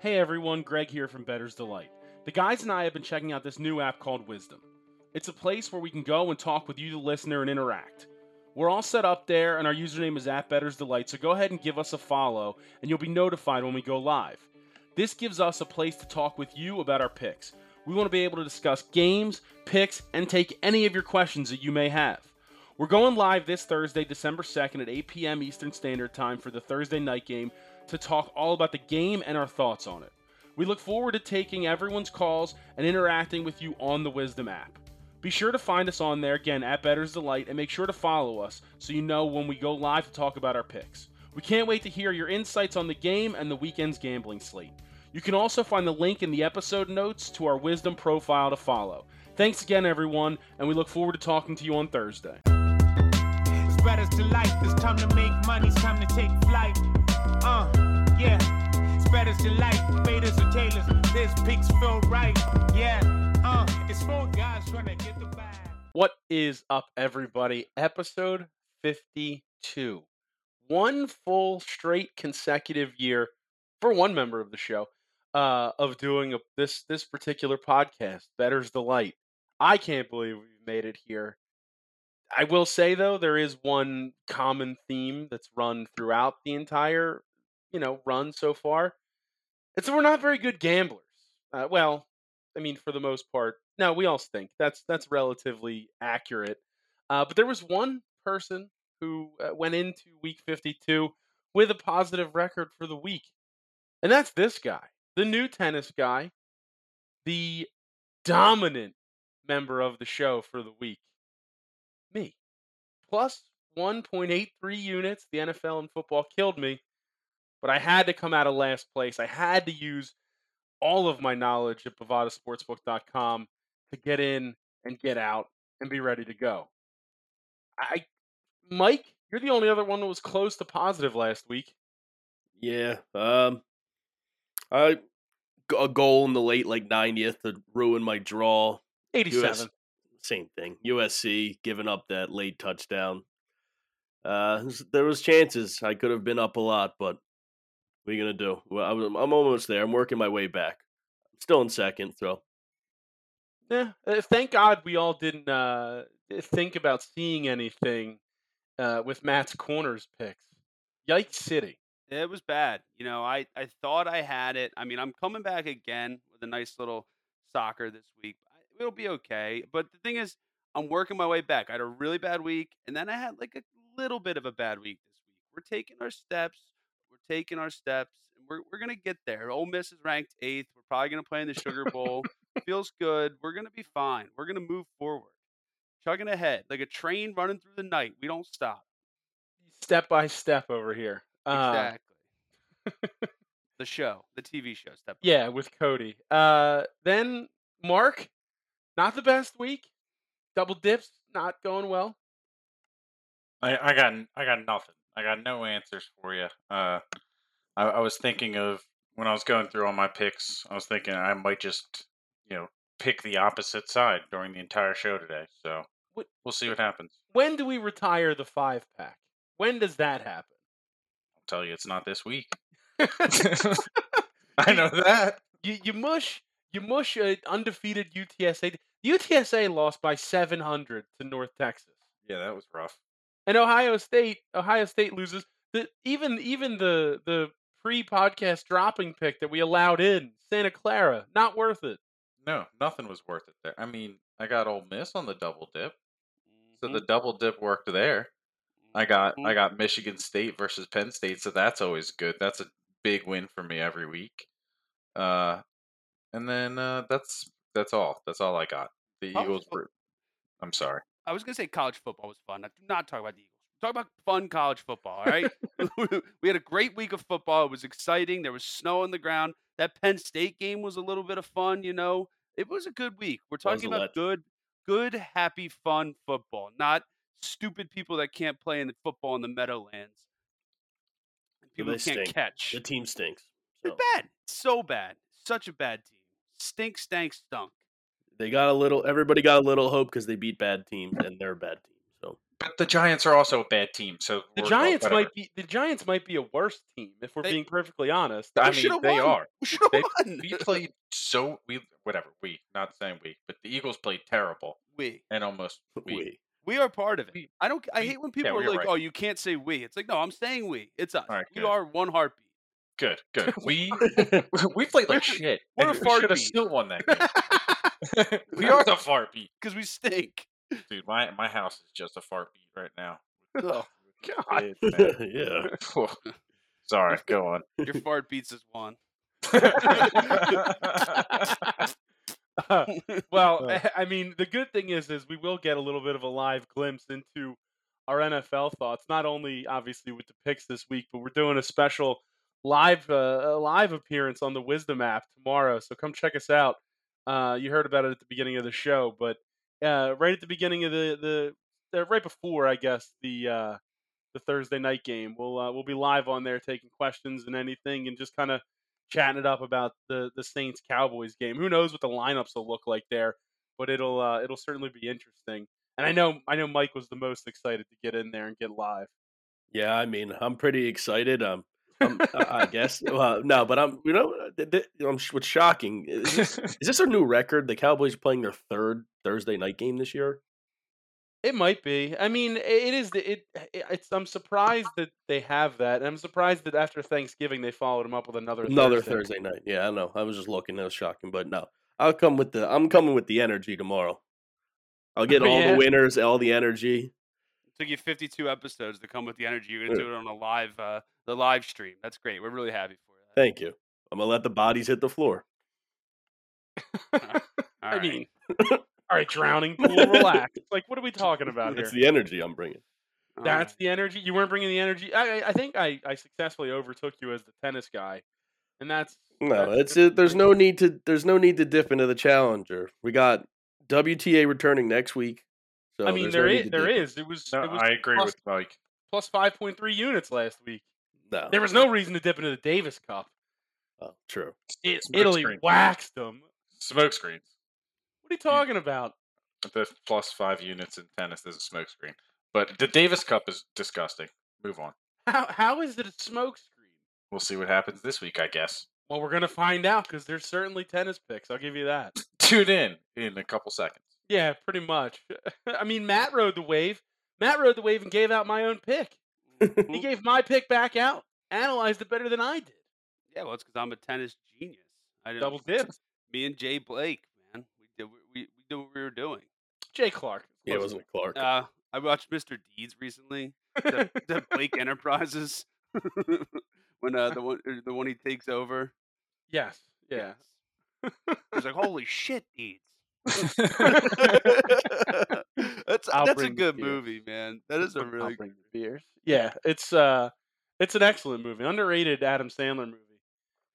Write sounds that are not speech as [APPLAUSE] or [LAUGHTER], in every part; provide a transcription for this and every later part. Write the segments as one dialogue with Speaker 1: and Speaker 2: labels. Speaker 1: Hey everyone, Greg here from Better's Delight. The guys and I have been checking out this new app called Wisdom. It's a place where we can go and talk with you, the listener, and interact. We're all set up there, and our username is at Better's Delight, so go ahead and give us a follow, and you'll be notified when we go live. This gives us a place to talk with you about our picks. We want to be able to discuss games, picks, and take any of your questions that you may have. We're going live this Thursday, December 2nd at 8 p.m. Eastern Standard Time for the Thursday night game to talk all about the game and our thoughts on it. We look forward to taking everyone's calls and interacting with you on the Wisdom app. Be sure to find us on there again at Better's Delight and make sure to follow us so you know when we go live to talk about our picks. We can't wait to hear your insights on the game and the weekend's gambling slate. You can also find the link in the episode notes to our Wisdom profile to follow. Thanks again, everyone, and we look forward to talking to you on Thursday.
Speaker 2: It's better to life. It's time to make money. It's time to take flight. Uh, yeah. It's better to life. Betas or tailors. This pigs feel right. Yeah. Uh, it's four guys trying to get the bag.
Speaker 1: What is up, everybody? Episode 52. One full straight consecutive year for one member of the show uh, of doing a, this this particular podcast. Better's the light. I can't believe we made it here. I will say though, there is one common theme that's run throughout the entire you know run so far. It's that we're not very good gamblers. Uh, well, I mean, for the most part, no, we all stink. That's that's relatively accurate. Uh, but there was one person who uh, went into week 52 with a positive record for the week, and that's this guy, the new tennis guy, the dominant member of the show for the week, me. Plus 1.83 units. The NFL and football killed me, but I had to come out of last place. I had to use all of my knowledge at bovadasportsbook.com to get in and get out and be ready to go. I, Mike, you're the only other one that was close to positive last week.
Speaker 3: Yeah. Um, I g- a goal in the late like 90th to ruin my draw.
Speaker 1: 87.
Speaker 3: Same thing. USC giving up that late touchdown. Uh, there was chances I could have been up a lot, but what are you gonna do? Well, I'm, I'm almost there. I'm working my way back. Still in second, so
Speaker 1: Yeah. uh, Thank God we all didn't uh, think about seeing anything uh, with Matt's corners picks. Yikes City.
Speaker 4: It was bad. You know, I, I thought I had it. I mean, I'm coming back again with a nice little soccer this week. I- It'll be okay. But the thing is, I'm working my way back. I had a really bad week, and then I had like a little bit of a bad week this week. We're taking our steps. We're taking our steps. And we're we're gonna get there. Ole Miss is ranked eighth. We're probably gonna play in the Sugar Bowl. Feels good. We're gonna be fine. We're gonna move forward. Chugging ahead like a train running through the night. We don't stop.
Speaker 1: Step by step over here. Uh,
Speaker 4: Exactly. the show, the TV show. Step. by
Speaker 1: Yeah, with Cody. Uh, then Mark, not the best week. Double dips, not going well.
Speaker 5: I, I got n- I got nothing. I got no answers for you. Uh, I, I was thinking of when I was going through all my picks. I was thinking I might just you know pick the opposite side during the entire show today. So
Speaker 1: What-
Speaker 5: we'll see what happens.
Speaker 1: When do we retire the five pack? When does that happen?
Speaker 5: I'll tell you, it's not this week. [LAUGHS] I know that.
Speaker 1: you, you mush you mush an undefeated UTSA. UTSA lost by 700 to North Texas,
Speaker 5: Yeah, that was rough.
Speaker 1: and Ohio State Ohio State loses. The, even even the the pre-podcast dropping pick that we allowed in Santa Clara, not worth it.
Speaker 5: No, nothing was worth it there. I mean, I got Ole Miss on the double dip, so
Speaker 4: Mhm,
Speaker 5: the double dip worked there. I got
Speaker 4: mhm.
Speaker 5: I got Michigan State versus Penn State, so that's always good. That's a big win for me every week. Uh, and then uh, that's that's all. That's all I got. The
Speaker 4: College
Speaker 5: Eagles
Speaker 4: foot-
Speaker 5: were. I'm sorry.
Speaker 4: I was gonna say college football was fun. I do not talk about the Eagles. Talk about fun college football. All right, [LAUGHS] we had a great week of football. It was exciting. There was snow on the ground. That Penn State game was a little bit of fun. You know, it was a good week. We're
Speaker 3: That was
Speaker 4: talking
Speaker 3: a
Speaker 4: about
Speaker 3: lot.
Speaker 4: good, good, happy, fun football, not stupid people that can't play in the football in the Meadowlands. and People
Speaker 3: they
Speaker 4: who can't
Speaker 3: stink.
Speaker 4: catch.
Speaker 3: the team stinks.
Speaker 4: It's
Speaker 3: So.
Speaker 4: bad. So bad. Such a bad team. Stink, stank,
Speaker 5: [LAUGHS]
Speaker 4: stunk.
Speaker 3: They got a little. Everybody got a little hope because they beat bad teams and they're a bad team. So
Speaker 5: But the Giants are also a bad team. So
Speaker 1: The
Speaker 5: we're-
Speaker 1: Giants
Speaker 5: whatever.
Speaker 1: might be the Giants might be a worse team if we're
Speaker 4: They-
Speaker 1: being perfectly honest.
Speaker 5: I
Speaker 4: We should've
Speaker 5: mean, they
Speaker 4: won. [LAUGHS]
Speaker 5: are.
Speaker 4: We should have
Speaker 5: They-
Speaker 4: won.
Speaker 5: We played so we whatever we not saying we, but the Eagles played terrible
Speaker 4: We.
Speaker 5: and almost we.
Speaker 3: We.
Speaker 4: We are part of it.
Speaker 5: We-
Speaker 4: I don't. I
Speaker 5: we-
Speaker 4: hate when people
Speaker 5: yeah,
Speaker 4: are
Speaker 5: you're
Speaker 4: like,
Speaker 5: right.
Speaker 4: "Oh, you can't say we." It's like, no, I'm saying we. It's us.
Speaker 5: All right,
Speaker 4: we
Speaker 5: good.
Speaker 4: are one heartbeat.
Speaker 5: Good, good. We we played like shit.
Speaker 4: We're
Speaker 5: and
Speaker 4: a
Speaker 5: we
Speaker 4: fart
Speaker 5: should have
Speaker 4: beat.
Speaker 5: still won that game. [LAUGHS] we are the fart beat,
Speaker 4: Because we stink.
Speaker 5: dude. My my house is just a fart beat right now.
Speaker 4: Ugh,
Speaker 5: Oh, God,
Speaker 3: [LAUGHS] yeah.
Speaker 5: man. [LAUGHS] Sorry, go [LAUGHS] on.
Speaker 4: your fart beats us one.
Speaker 1: [LAUGHS] well, I mean, the good thing is, is we will get a little bit of a live glimpse into our NFL thoughts. Not only obviously with the picks this week, but we're doing a special live uh, a live appearance on the Wisdom app tomorrow. So come check us out. Uh, you heard about it at the beginning of the show, but uh, right at the beginning of the the uh, right before, I guess the uh, the Thursday night game, we'll uh, we'll be live on there taking questions and anything, and just kind of chatting it up about the the Saints Cowboys game. Who knows what the lineups will look like there, but it'll uh, it'll certainly be interesting. And I know I know Mike was the most excited to get in there and get live.
Speaker 3: Yeah, I mean, I'm pretty excited. Um, I'm, [LAUGHS] I I guess uh, no, but I'm. You know, uh, th- th- I'm, sh- what's shocking is [LAUGHS] this, is this a new record? The Cowboys are playing their third Thursday night game this year.
Speaker 1: It might be. I mean, i- it is. the- It it's. I'm surprised that they have that, and I'm surprised that after Thanksgiving they followed him up with another
Speaker 3: Another Thursday. night. Yeah, I know. I was just looking. That was shocking, but no, I'll come with the. I'm coming with the energy tomorrow. [LAUGHS] I'll get
Speaker 1: Oh,
Speaker 3: all
Speaker 1: yeah?
Speaker 3: the winners, all the energy.
Speaker 4: took you 52 episodes to come with the energy. You're gonna
Speaker 3: Yeah.
Speaker 4: do it on a live, uh, the live stream. That's great. We're really happy for you.
Speaker 3: Thank you. I'm gonna let the bodies hit the floor.
Speaker 4: All
Speaker 1: I
Speaker 4: right.
Speaker 1: mean,
Speaker 3: [LAUGHS]
Speaker 1: all right, drowning pool, relax. Like, what are we talking about here?
Speaker 3: That's the energy I'm bringing.
Speaker 4: All
Speaker 1: That's
Speaker 4: right.
Speaker 1: the energy. You weren't bringing the energy. I, I- I think I, I successfully overtook you as the tennis guy, and that's
Speaker 3: No,
Speaker 1: that's
Speaker 3: it's
Speaker 1: good.
Speaker 3: it. There's no need to. There's no need to dip into the challenger. We got WTA returning next week. So
Speaker 1: I mean,
Speaker 3: there's no
Speaker 1: there
Speaker 3: need
Speaker 1: is
Speaker 3: to
Speaker 1: there
Speaker 3: dip-
Speaker 1: is. It was
Speaker 5: No,
Speaker 1: it was
Speaker 5: I agree
Speaker 1: plus-
Speaker 5: with Mike.
Speaker 1: plus five point three units last week.
Speaker 3: No,
Speaker 1: There was no reason to dip into the Davis Cup.
Speaker 3: oh, true.
Speaker 1: It,
Speaker 5: Smoke
Speaker 1: Italy
Speaker 5: screen.
Speaker 1: waxed them.
Speaker 5: Smoke screens.
Speaker 1: What
Speaker 3: Hmm.
Speaker 1: are you talking about?
Speaker 5: The plus five units in tennis is a smoke screen. But the Davis Cup is disgusting. Move on.
Speaker 1: How how is it a smoke screen?
Speaker 5: We'll see what happens this week, I guess.
Speaker 1: Well, we're gonna find out because there's certainly tennis picks. I'll give you that.
Speaker 5: Tune in in a couple seconds.
Speaker 1: Yeah, pretty much. [LAUGHS] I mean, Matt rode the wave. Matt rode the wave and gave out my own pick.
Speaker 3: [LAUGHS]
Speaker 1: He gave my pick back out. Analyzed it better than I did.
Speaker 4: yeah. Well, it's because I'm a tennis genius. I didn't-
Speaker 1: Double dip.
Speaker 4: Me and Jay Blake, man, we did we, we, we did what we were doing.
Speaker 1: Jay Clark. of
Speaker 3: Yeah, it
Speaker 1: course.
Speaker 3: wasn't
Speaker 1: [LAUGHS]
Speaker 3: Clark.
Speaker 4: Uh, I watched Mr. Deeds recently. [LAUGHS] The, the Blake Enterprises [LAUGHS] when uh, the one er, the one he takes over.
Speaker 1: Yes. Yeah.
Speaker 4: He's like, holy shit, Deeds. [LAUGHS]
Speaker 3: [LAUGHS]
Speaker 1: [LAUGHS]
Speaker 4: that's
Speaker 1: I'll
Speaker 4: that's a
Speaker 1: bring the
Speaker 4: good
Speaker 1: beer.
Speaker 4: movie, man. That is a really
Speaker 1: bring the beers. Yeah, it's uh, it's an excellent movie, underrated Adam Sandler movie,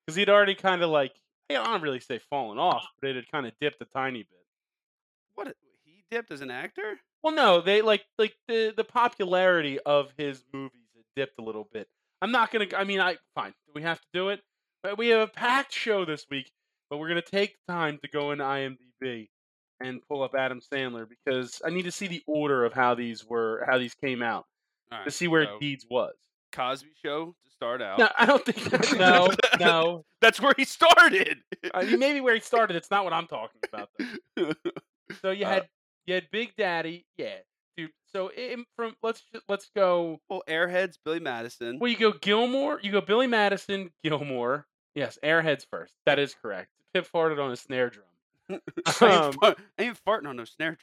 Speaker 1: because he'd already kind of like I don't really say fallen off, but it had kind of dipped a tiny bit.
Speaker 4: what he dipped as an actor.
Speaker 1: Well, no, they like like the the popularity of his movies had dipped a little bit. I'm not gonna. I mean, I fine. Do we have to do it? But we have a packed show this week, but we're gonna take the time to go in IMDb and pull up Adam Sandler because I need to see the order of how these were how these came out
Speaker 4: All right,
Speaker 1: to see where
Speaker 4: so
Speaker 1: Deeds was.
Speaker 4: Cosby Show to start out.
Speaker 1: No, I don't [LAUGHS] think. Oh. No, no.
Speaker 4: [LAUGHS] That's where he started. [LAUGHS]
Speaker 1: I mean, maybe where he started. It's not what I'm talking about. Though. [LAUGHS] So you
Speaker 3: Uh,
Speaker 1: had you had Big Daddy, yeah, dude. So in, from let's ju- let's go.
Speaker 4: well, Airheads, Billy Madison.
Speaker 1: Well, you go Gilmore. You go Billy Madison, Gilmore. Yes, Airheads first. That is correct. Pip farted on a snare [LAUGHS] drum.
Speaker 4: I, ain't
Speaker 1: um,
Speaker 4: fart- I ain't farting on no snare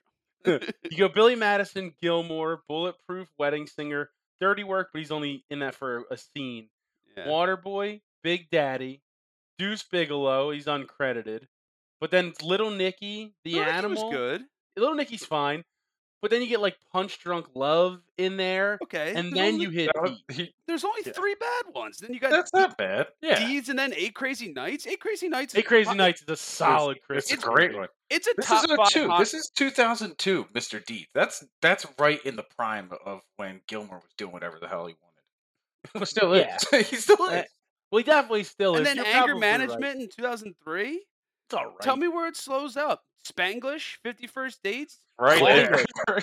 Speaker 4: drum.
Speaker 1: You go Billy Madison, Gilmore, Bulletproof, Wedding Singer, Dirty Work, but he's only in that for a scene.
Speaker 4: Yeah.
Speaker 1: Waterboy, Big Daddy, Deuce Bigelow. He's uncredited. But then Little Nicky, the
Speaker 4: Little Nicky
Speaker 1: animal.
Speaker 4: was good.
Speaker 1: Little Nicky's fine. But then you get like Punch Drunk Love in there,
Speaker 4: Okay,
Speaker 1: and
Speaker 4: there's
Speaker 1: then
Speaker 4: only-
Speaker 1: you hit.
Speaker 5: That was-
Speaker 1: Heat.
Speaker 5: he-
Speaker 4: There's only
Speaker 5: Yeah.
Speaker 4: three bad ones. Then you got
Speaker 5: that's not bad.
Speaker 1: Yeah,
Speaker 4: Deeds, and then Eight Crazy Nights. Eight Crazy Nights. is
Speaker 1: Eight Crazy
Speaker 4: top-
Speaker 1: Nights is a solid
Speaker 5: It's,
Speaker 1: Christmas.
Speaker 5: a great one.
Speaker 4: It's a
Speaker 5: This
Speaker 4: top
Speaker 5: is a
Speaker 4: five.
Speaker 5: two.
Speaker 4: hot-
Speaker 5: This is 2002, Mr. D. That's that's right in the prime of when Gilmore was doing whatever the hell he wanted. [LAUGHS] Well, still is. he still
Speaker 1: Uh,
Speaker 5: is.
Speaker 1: Well, he definitely still
Speaker 4: and
Speaker 1: is.
Speaker 4: then
Speaker 1: You're
Speaker 4: Anger
Speaker 1: probably
Speaker 4: Management
Speaker 1: Right.
Speaker 4: in 2003.
Speaker 1: It's all right.
Speaker 4: Tell me where it slows up. Spanglish, 51st Dates. [LAUGHS]
Speaker 5: Right
Speaker 4: Click.
Speaker 5: there.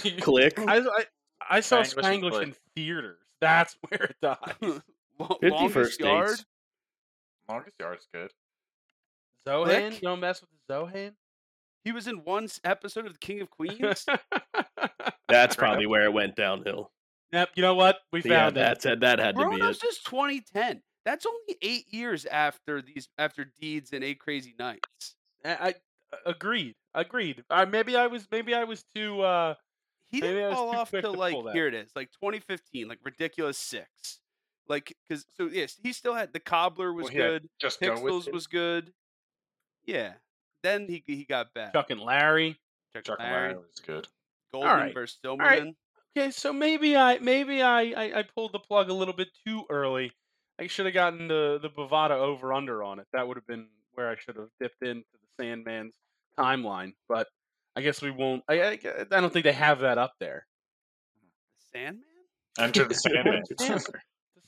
Speaker 1: [LAUGHS]
Speaker 3: Click.
Speaker 1: I, I, I saw
Speaker 5: Spanglish and
Speaker 1: Spanglish
Speaker 5: Clay.
Speaker 1: in theaters. That's [LAUGHS] where it
Speaker 4: [LAUGHS]
Speaker 1: dies.
Speaker 4: Lo-
Speaker 3: 50
Speaker 4: longest
Speaker 3: first dates.
Speaker 4: yard.
Speaker 5: Longest yard's good.
Speaker 1: Zohan,
Speaker 4: Click.
Speaker 1: don't mess with Zohan.
Speaker 4: He was in one s- episode of The King
Speaker 1: [LAUGHS]
Speaker 4: of Queens.
Speaker 3: That's
Speaker 5: Right.
Speaker 3: probably where it went downhill.
Speaker 1: yep. You know what? We
Speaker 3: yeah,
Speaker 1: found it.
Speaker 3: that said that had to be
Speaker 4: Bruno's
Speaker 3: it.
Speaker 4: just 2010. That's only eight years after these after deeds and eight crazy nights.
Speaker 1: I, I agreed. Agreed. Uh, maybe I was. Maybe I was too. uh
Speaker 4: He
Speaker 1: Maybe I
Speaker 4: didn't
Speaker 1: was
Speaker 4: fall
Speaker 1: too
Speaker 4: off
Speaker 1: quick
Speaker 4: till
Speaker 1: to
Speaker 4: like
Speaker 1: pull that.
Speaker 4: here it is, like 2015, like ridiculous six, like because so yes, he still had the cobbler was
Speaker 5: Well, yeah,
Speaker 4: good,
Speaker 5: Just go with
Speaker 4: Pixels
Speaker 5: it.
Speaker 4: was good, yeah. Then he he got back.
Speaker 1: Chuck and Larry.
Speaker 4: Chuck
Speaker 5: Chuck
Speaker 4: Larry,
Speaker 5: Larry was good.
Speaker 4: Goldman
Speaker 1: right.
Speaker 4: versus
Speaker 1: right.
Speaker 4: Silverman.
Speaker 1: Okay, so maybe I maybe I I, I pulled the plug a little bit too early. I should have gotten the the Bovada over under on it. That would have been where I should have dipped into the Sandman's timeline. But I guess we won't. I I, I don't think they have that up there.
Speaker 4: Sandman,
Speaker 5: Enter the Sandman. [LAUGHS]
Speaker 4: the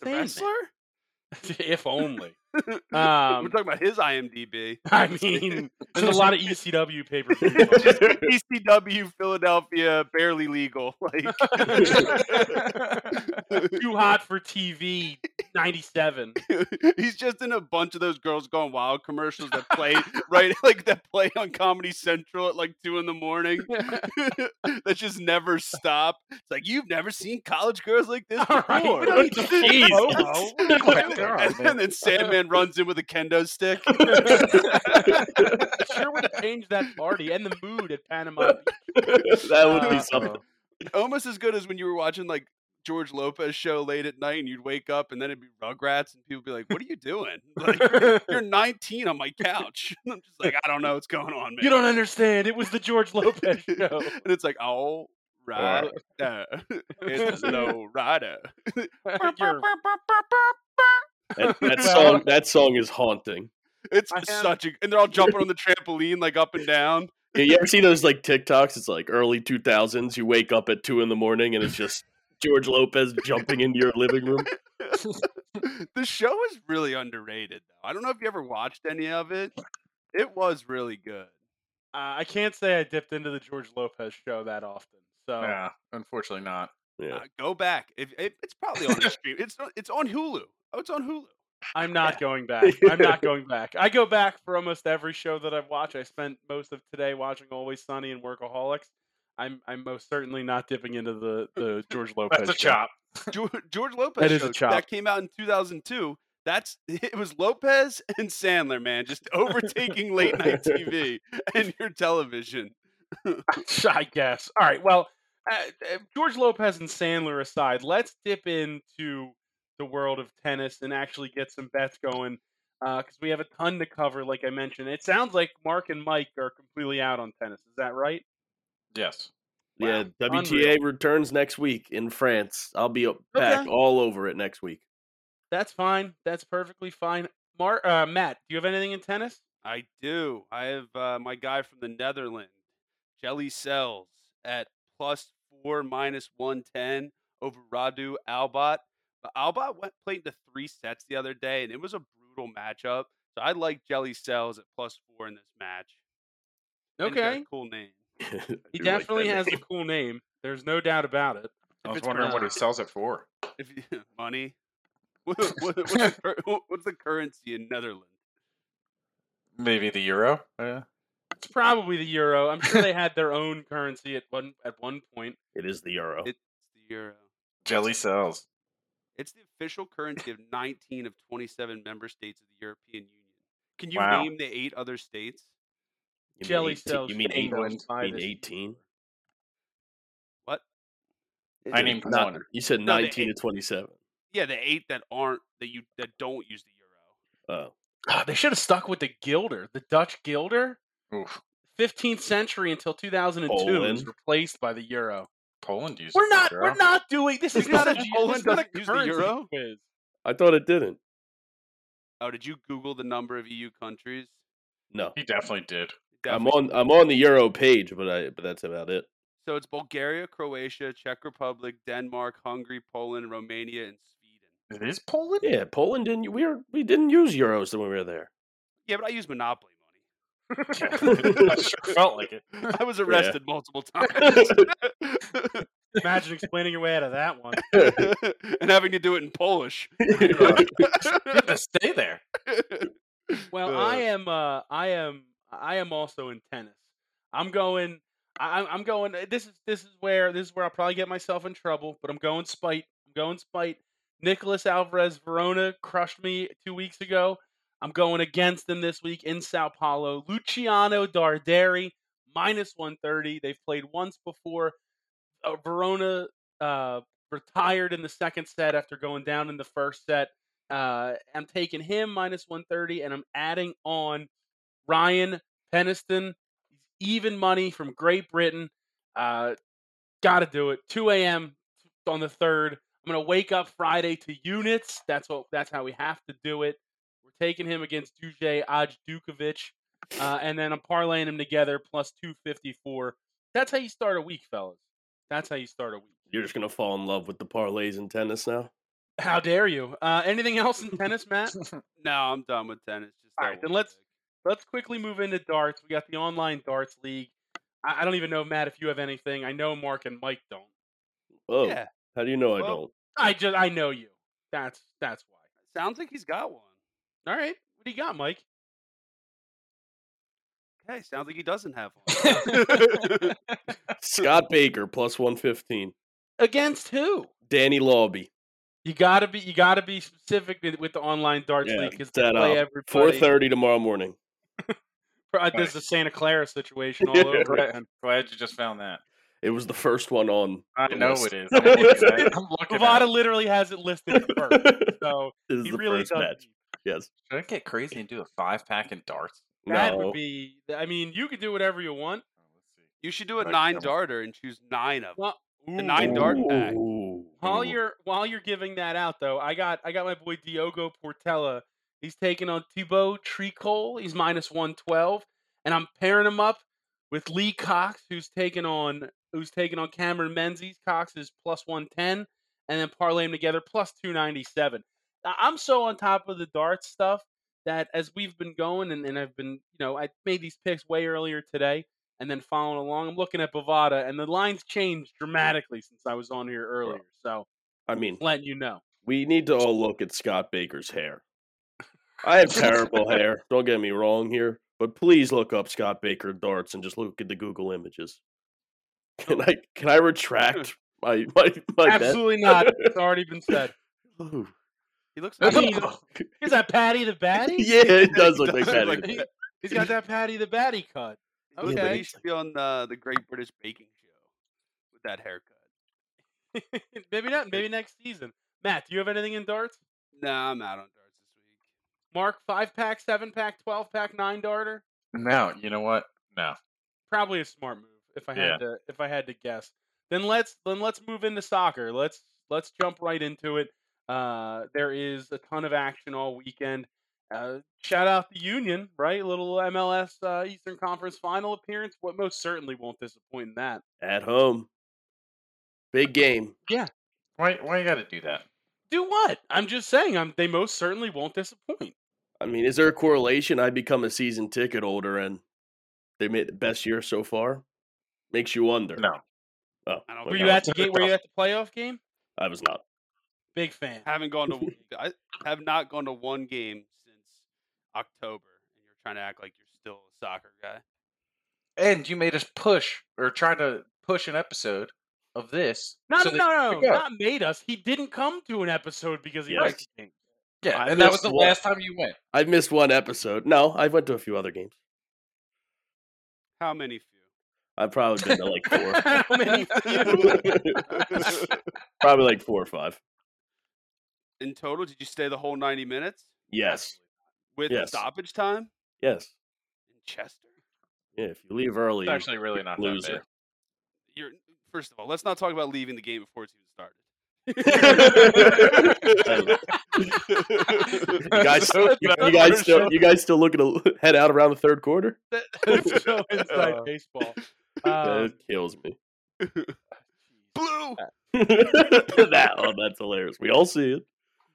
Speaker 4: wrestler.
Speaker 1: [LAUGHS] if only.
Speaker 4: [LAUGHS] We're
Speaker 1: Um,
Speaker 4: talking about
Speaker 1: [LAUGHS]
Speaker 4: his IMDb.
Speaker 1: I
Speaker 4: [LAUGHS]
Speaker 1: mean, there's a lot of E ECW paper.
Speaker 4: Just ECW Philadelphia, barely legal. [LAUGHS] Like
Speaker 1: [LAUGHS] Too hot for TV. Ninety-seven.
Speaker 4: he's just in a bunch of those girls gone wild commercials that
Speaker 1: [LAUGHS]
Speaker 4: play right [LAUGHS] like that play on Comedy Central at like two in the morning. [LAUGHS] that just never stop. It's like you've never seen college girls
Speaker 1: [LAUGHS]
Speaker 4: like this
Speaker 1: All right,
Speaker 4: before.
Speaker 1: we
Speaker 4: [LAUGHS]
Speaker 1: don't need to
Speaker 4: Jesus.
Speaker 1: promo. [LAUGHS]
Speaker 5: my
Speaker 1: Oh,
Speaker 5: God,
Speaker 4: and then Sandman runs in with a kendo stick.
Speaker 1: sure would have changed that party and the mood at Panama. Beach.
Speaker 3: [LAUGHS] that would be
Speaker 1: Uh,
Speaker 5: [LAUGHS]
Speaker 3: something.
Speaker 4: Almost as good as when you were watching like George Lopez show late at night and you'd wake up and then it'd be Rugrats and people would be like, What are you doing?
Speaker 1: [LAUGHS]
Speaker 4: Like, you're 19 on my couch. [LAUGHS] And I'm just like, I don't know what's going on, man.
Speaker 1: you don't understand. It was the George Lopez
Speaker 4: [LAUGHS]
Speaker 1: show.
Speaker 4: and it's like, all right, uh,
Speaker 1: [LAUGHS]
Speaker 4: it's low rider.
Speaker 1: You're- [LAUGHS]
Speaker 3: That, that
Speaker 1: Well-
Speaker 3: song. That song is haunting.
Speaker 4: It's
Speaker 1: I have-
Speaker 4: such a, and they're all jumping
Speaker 1: [LAUGHS]
Speaker 4: on the trampoline like up and down.
Speaker 3: Yeah, you ever see those like TikToks? It's like early two thousands. You wake up at two in the morning and it's just George Lopez jumping into your living room.
Speaker 4: the show is really underrated, though. I don't know if you ever watched any of it. It was really good.
Speaker 1: Uh, I can't say I dipped into the George Lopez show that often. So
Speaker 5: Yeah, unfortunately not.
Speaker 3: Yeah.
Speaker 4: Uh, go back. If it, it's
Speaker 1: [LAUGHS]
Speaker 4: probably on a stream. It's on- it's on Hulu. Oh, it's on Hulu.
Speaker 1: I'm not
Speaker 5: [LAUGHS]
Speaker 1: going back. I'm not going back. I go back for almost every show that I've watched. I spent most of today watching Always Sunny and Workaholics. I'm I'm most certainly not dipping into the, the George Lopez.
Speaker 5: [LAUGHS] That's a
Speaker 1: show.
Speaker 5: chop.
Speaker 4: George, George Lopez.
Speaker 1: That is a
Speaker 4: show,
Speaker 1: chop.
Speaker 4: That came out in 2002. That's [LAUGHS] it was Lopez and Sandler, man, just overtaking late night TV [LAUGHS] and your television.
Speaker 1: [LAUGHS] I guess. All right. Well, uh, uh, George Lopez and Sandler aside, let's dip into the world of tennis and actually get some bets going because we have a ton to cover. Like I mentioned, it sounds like Mark and Mike are completely out on tennis. Is that right?
Speaker 5: Yes.
Speaker 3: Yeah,
Speaker 1: Wow.
Speaker 3: WTA returns next week in France. I'll be up- back
Speaker 1: Okay.
Speaker 3: all over it next week. [LAUGHS]
Speaker 1: That's fine. That's perfectly fine. Mark, uh, Matt, do you have anything in tennis?
Speaker 4: I do. I have uh, my guy from the Netherlands, Jelly Cells, at plus four minus one ten over Radu Albot. But Albot went played into three sets the other day, and it was a brutal matchup. So I like Jelly Cells at plus four in this match. And he's got a cool name.
Speaker 3: I do
Speaker 1: He
Speaker 3: like
Speaker 1: definitely
Speaker 3: that
Speaker 1: has a
Speaker 3: name.
Speaker 1: cool name. There's no doubt about it.
Speaker 4: If
Speaker 5: I was
Speaker 4: it's
Speaker 5: wondering what he
Speaker 4: pronounced-
Speaker 5: sells it for.
Speaker 4: If you, [LAUGHS] money. What, what, what's, the, cur- what- what's the currency in Netherlands?
Speaker 5: Maybe the euro. Uh,
Speaker 1: It's probably the euro. I'm sure they had their own currency at one at one point.
Speaker 3: It is the euro.
Speaker 4: It's the euro.
Speaker 5: jelly sells.
Speaker 4: It's the official currency of 19 of 27 member states of the European Union. Can you
Speaker 5: Wow.
Speaker 4: name the eight other states?
Speaker 3: You mean
Speaker 1: Jelly
Speaker 3: 18
Speaker 1: sells
Speaker 3: You mean
Speaker 1: for
Speaker 3: England?
Speaker 1: England.
Speaker 3: You mean eighteen?
Speaker 4: What?
Speaker 5: I named
Speaker 3: Not-
Speaker 5: one.
Speaker 3: You said
Speaker 4: No, the
Speaker 3: nineteen
Speaker 4: eight-
Speaker 3: to twenty-seven.
Speaker 4: Yeah, the eight that aren't that you that don't use the euro.
Speaker 3: Oh,
Speaker 1: Ah, they should have stuck with the Gilder, the Dutch Gilder.
Speaker 5: Oof.
Speaker 1: 15th century until 2002 it was
Speaker 3: Poland.
Speaker 1: replaced by the euro.
Speaker 5: Poland uses
Speaker 1: We're
Speaker 5: the
Speaker 1: not.
Speaker 5: euro.
Speaker 1: We're not doing this. Is
Speaker 4: Did
Speaker 1: not
Speaker 4: you
Speaker 1: a,
Speaker 4: say
Speaker 1: this
Speaker 4: Poland
Speaker 1: is not a
Speaker 4: doesn't use the
Speaker 1: currency
Speaker 4: euro?
Speaker 1: quiz.
Speaker 3: I thought it didn't.
Speaker 4: Oh, did you Google the number of EU countries?
Speaker 3: No,
Speaker 5: He definitely did.
Speaker 3: I'm
Speaker 4: Definitely.
Speaker 3: on. I'm on the euro page, but I. But that's about it.
Speaker 4: So it's Bulgaria, Croatia, Czech Republic, Denmark, Hungary, Poland, Romania, and Sweden.
Speaker 5: It is
Speaker 3: [LAUGHS]
Speaker 5: Poland. [LAUGHS]
Speaker 3: Yeah, Poland didn't. We were. We didn't use euros when we were there.
Speaker 4: Yeah, but I use Monopoly money.
Speaker 5: I sure felt like it.
Speaker 4: [LAUGHS]
Speaker 3: [LAUGHS]
Speaker 4: I was arrested multiple times.
Speaker 1: Imagine explaining your way out of that one.
Speaker 4: [LAUGHS] and having to do it
Speaker 3: [LAUGHS]
Speaker 4: in Polish.
Speaker 5: You have to stay there. [LAUGHS]
Speaker 1: Well, I am. Uh, I am. I am also in tennis. I'm going. I, I'm- I'm going. This is this is where this is where I'll probably get myself in trouble. But I'm going spite. I'm going spite. Nicholas Alvarez Verona crushed me two weeks ago. I'm going against them this week in Sao Paulo. Luciano Darderi minus 130. They've played once before. Uh, Verona uh, retired in the second set after going down in the first set. Uh, I'm taking him minus 130, and I'm adding on Ryan Peniston. Even money from Great Britain. Uh, gotta do it. 2 a.m. on the third. I'm gonna wake up Friday to units. That's what. That's how we have to do it. We're taking him against Duje Ajdukovic, uh, and then I'm parlaying him together plus 254. That's how you start a week, fellas. That's how you start a week.
Speaker 3: You're just gonna fall in love with the parlays in tennis now.
Speaker 1: How dare you? Uh, anything else in tennis, Matt?
Speaker 4: No, I'm done with tennis. Just
Speaker 1: All
Speaker 4: that
Speaker 1: right, then
Speaker 4: one
Speaker 1: let's-
Speaker 4: pick.
Speaker 1: let's quickly move into darts. We got the online darts league. I, I don't even know, Matt, if you have anything. I know Mark and Mike don't.
Speaker 3: Oh,
Speaker 4: Yeah,
Speaker 3: how do you know I
Speaker 4: Well-
Speaker 3: don't?
Speaker 1: I just I know you. That's that's why.
Speaker 4: sounds like he's got one.
Speaker 1: All right, what do you got,
Speaker 3: [LAUGHS]
Speaker 1: Mike?
Speaker 4: Okay, sounds like he doesn't have
Speaker 3: [LAUGHS]
Speaker 4: one.
Speaker 3: Scott Baker plus one fifteen.
Speaker 1: Against who?
Speaker 3: Danny Lobby
Speaker 1: You gotta be you gotta be specific with, with the online darts
Speaker 3: Yeah,
Speaker 1: league because
Speaker 3: set
Speaker 1: they play
Speaker 3: up.
Speaker 1: everybody.
Speaker 3: four thirty tomorrow morning.
Speaker 1: Pro- uh, There's a Santa Clara situation
Speaker 3: [LAUGHS]
Speaker 1: all over
Speaker 5: Glad,
Speaker 1: again.
Speaker 5: glad you just found that.
Speaker 3: It was the first one on.
Speaker 5: I
Speaker 3: the
Speaker 5: know
Speaker 3: list.
Speaker 5: it [LAUGHS] is. I'm looking at it. I'm looking at
Speaker 1: Bovada
Speaker 5: it.
Speaker 1: literally has it listed first,
Speaker 3: [LAUGHS] this
Speaker 1: so
Speaker 3: is
Speaker 1: he
Speaker 3: the
Speaker 1: really
Speaker 3: first
Speaker 1: does.
Speaker 3: match. Yes.
Speaker 5: Should I get crazy and do a five pack in darts?
Speaker 1: That
Speaker 3: no.
Speaker 1: would be. I mean, you could do whatever you want.
Speaker 5: Oh, let's see.
Speaker 4: you should do a
Speaker 5: Right,
Speaker 4: nine
Speaker 5: double.
Speaker 4: darter and choose nine of them.
Speaker 1: Well,
Speaker 4: The nine dart pack.
Speaker 3: Ooh.
Speaker 1: While you're while you're giving that out though, I got I got my boy Diogo Portella. He's taking on Thibaut Tricol. He's minus one twelve, and I'm pairing him up with Lee Cox, who's taking on who's taking on Cameron Menzies. Cox is plus one ten, and then parlay him together plus two ninety seven. I'm so on top of the dart stuff that as we've been going and, and I've been you know I made these picks way earlier today. And then following along, I'm looking at Bovada, and the lines changed dramatically since I was on here earlier. So
Speaker 3: I mean,
Speaker 1: letting you know.
Speaker 3: we need to all look at Scott Baker's hair. I
Speaker 1: [LAUGHS]
Speaker 3: have terrible hair. Don't get me wrong here, but please look up Scott Baker darts and just look at the Google images. Can I can
Speaker 1: [LAUGHS]
Speaker 3: I retract my my my bet?
Speaker 1: Absolutely not. It's already been said. [LAUGHS]
Speaker 3: Ooh.
Speaker 4: He looks
Speaker 1: I
Speaker 4: like
Speaker 1: mean, is that Patty the Batty?
Speaker 3: [LAUGHS] yeah, it does
Speaker 4: [LAUGHS]
Speaker 1: [LAUGHS]
Speaker 3: look like
Speaker 4: does
Speaker 3: that.
Speaker 4: look
Speaker 3: [LAUGHS] image.
Speaker 1: He- He's got that Patty the Batty cut. [LAUGHS]
Speaker 3: but
Speaker 4: okay. He
Speaker 3: it's
Speaker 4: should be on the, the Great British Baking Show with that haircut.
Speaker 1: maybe not. Maybe next season. Matt, do you have anything in darts?
Speaker 4: Nah, I'm out on darts this week.
Speaker 1: Mark, five pack, seven pack, twelve pack, nine darter.
Speaker 5: No, you know what? No.
Speaker 1: Probably a smart move if I had
Speaker 5: Yeah.
Speaker 1: to if I had to guess. Then let's then let's move into soccer. Let's let's jump right into it. Uh, there is a ton of action all weekend. Uh, shout out the Union, right? Little MLS uh, Eastern Conference Final appearance. What most certainly won't disappoint in that.
Speaker 3: At home, big game.
Speaker 5: Why? Why you got to do that?
Speaker 1: Do what? I'm just saying. I'm. They most certainly won't disappoint.
Speaker 3: I mean, is there a correlation? I become a season ticket holder, and they made the best year so far. Makes you wonder.
Speaker 5: No.
Speaker 3: Oh,
Speaker 4: I don't
Speaker 3: okay.
Speaker 1: Were
Speaker 4: Well,
Speaker 1: you
Speaker 4: no,
Speaker 1: at the game? Were you at the playoff game?
Speaker 3: I was not.
Speaker 1: Big fan.
Speaker 4: Haven't gone to [LAUGHS] w- I have not gone to one game since October, and you're trying to act like you're still a soccer guy.
Speaker 5: And you made us push or try to push an episode of this.
Speaker 1: No,
Speaker 5: so
Speaker 1: no,
Speaker 5: that-
Speaker 1: no, no,
Speaker 5: yeah.
Speaker 1: not made us. He didn't come to an episode because he
Speaker 3: Yes.
Speaker 1: liked the game.
Speaker 5: Yeah,
Speaker 3: I
Speaker 5: and that was
Speaker 3: missed
Speaker 5: the
Speaker 3: one.
Speaker 5: last time you went.
Speaker 3: I've missed one episode. No, I went to a few other games.
Speaker 4: How many few?
Speaker 3: I've probably been to like four.
Speaker 1: How many few?
Speaker 3: [LAUGHS] probably like four or five.
Speaker 4: In total, did you stay the whole 90 minutes?
Speaker 3: Yes.
Speaker 4: With
Speaker 3: Yes.
Speaker 4: stoppage time
Speaker 3: Yes.
Speaker 4: in Chester?
Speaker 3: Yeah, if you leave early,
Speaker 5: It's
Speaker 3: you
Speaker 5: actually really not
Speaker 3: loser.
Speaker 4: You're first of all, let's not talk about leaving the game before it's even started.
Speaker 3: you guys,
Speaker 5: So
Speaker 3: you,
Speaker 5: bad.
Speaker 3: guys still, you guys still looking to head out around the third quarter?
Speaker 1: [LAUGHS] That's so inside
Speaker 4: Uh,
Speaker 1: baseball.
Speaker 3: that
Speaker 1: Um,
Speaker 3: kills [LAUGHS] me. Ah,
Speaker 4: Blue.
Speaker 3: that [LAUGHS] one, that's hilarious. We all see [LAUGHS] it.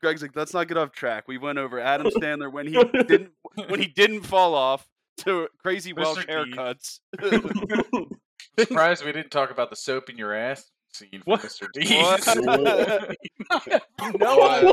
Speaker 4: Greg's like, let's not get off track. We went over Adam
Speaker 5: [LAUGHS]
Speaker 4: Sandler when he didn't when he didn't fall off to crazy Welsh
Speaker 5: Mr. Deeds. [LAUGHS]
Speaker 4: haircuts. [LAUGHS]
Speaker 5: surprised we didn't talk about the soap in your ass. scene
Speaker 1: What?
Speaker 5: from Mr. [LAUGHS] Deeds.
Speaker 4: What?
Speaker 5: no idea.